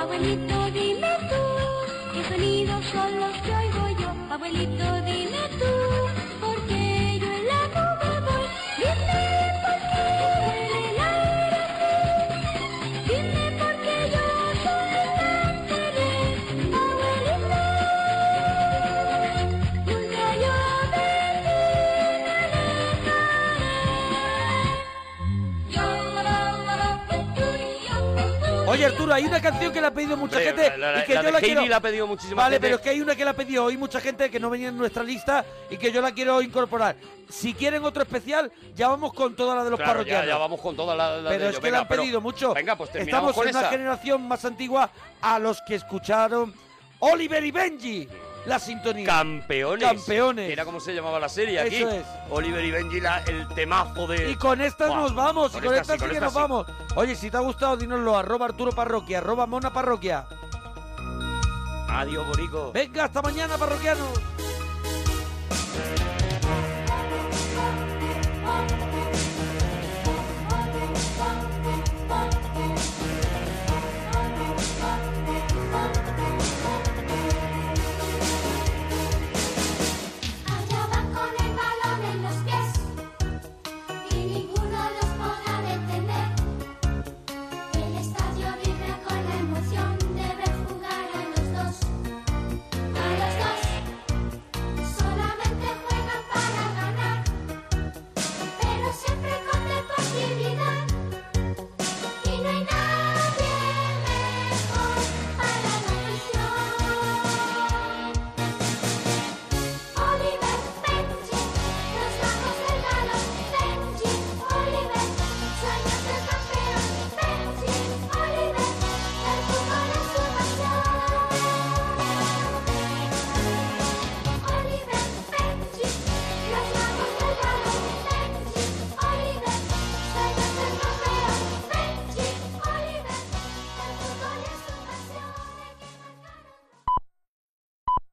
D: Abuelito, dime tú, qué sonidos son los que oigo yo. Abuelito, dime tú, porque yo en la nube voy. Dime por qué huele el aire así. Dime por qué yo soy tan feliz. Abuelito, nunca yo de ti me alejaré.
A: Oye Arturo, hay una canción que la ha pedido mucha
B: Hombre,
A: gente
B: la- la-
A: y que
B: la
A: yo
B: de
A: la
B: Heidi
A: quiero.
B: la ha pedido muchísima
A: Vale,
B: gente.
A: pero es que hay una que la ha pedido hoy mucha gente que no venía en nuestra lista y que yo la quiero incorporar. Si quieren otro especial, ya vamos con toda la de los
B: Claro, ya,
A: parroquianos.
B: ya vamos con toda la, la de
A: pero es
B: ello.
A: que
B: Venga,
A: la han
B: pero-
A: pedido mucho.
B: Venga, pues terminamos
A: Estamos
B: con
A: en una
B: esa.
A: generación más antigua a los que escucharon Oliver y Benji. La sintonía.
B: Campeones.
A: Campeones.
B: Que Era como se llamaba la serie aquí.
A: Eso es.
B: Oliver y Benji, la- el temazo de...
A: Y con estas
B: Buah,
A: nos vamos, y con estas
B: sí,
A: sí que nos
B: sí.
A: vamos. Oye, si te ha gustado, dínoslo, arroba Arturo Parroquia, arroba Mona Parroquia.
B: Adiós, Borico.
A: Venga, hasta mañana, parroquianos.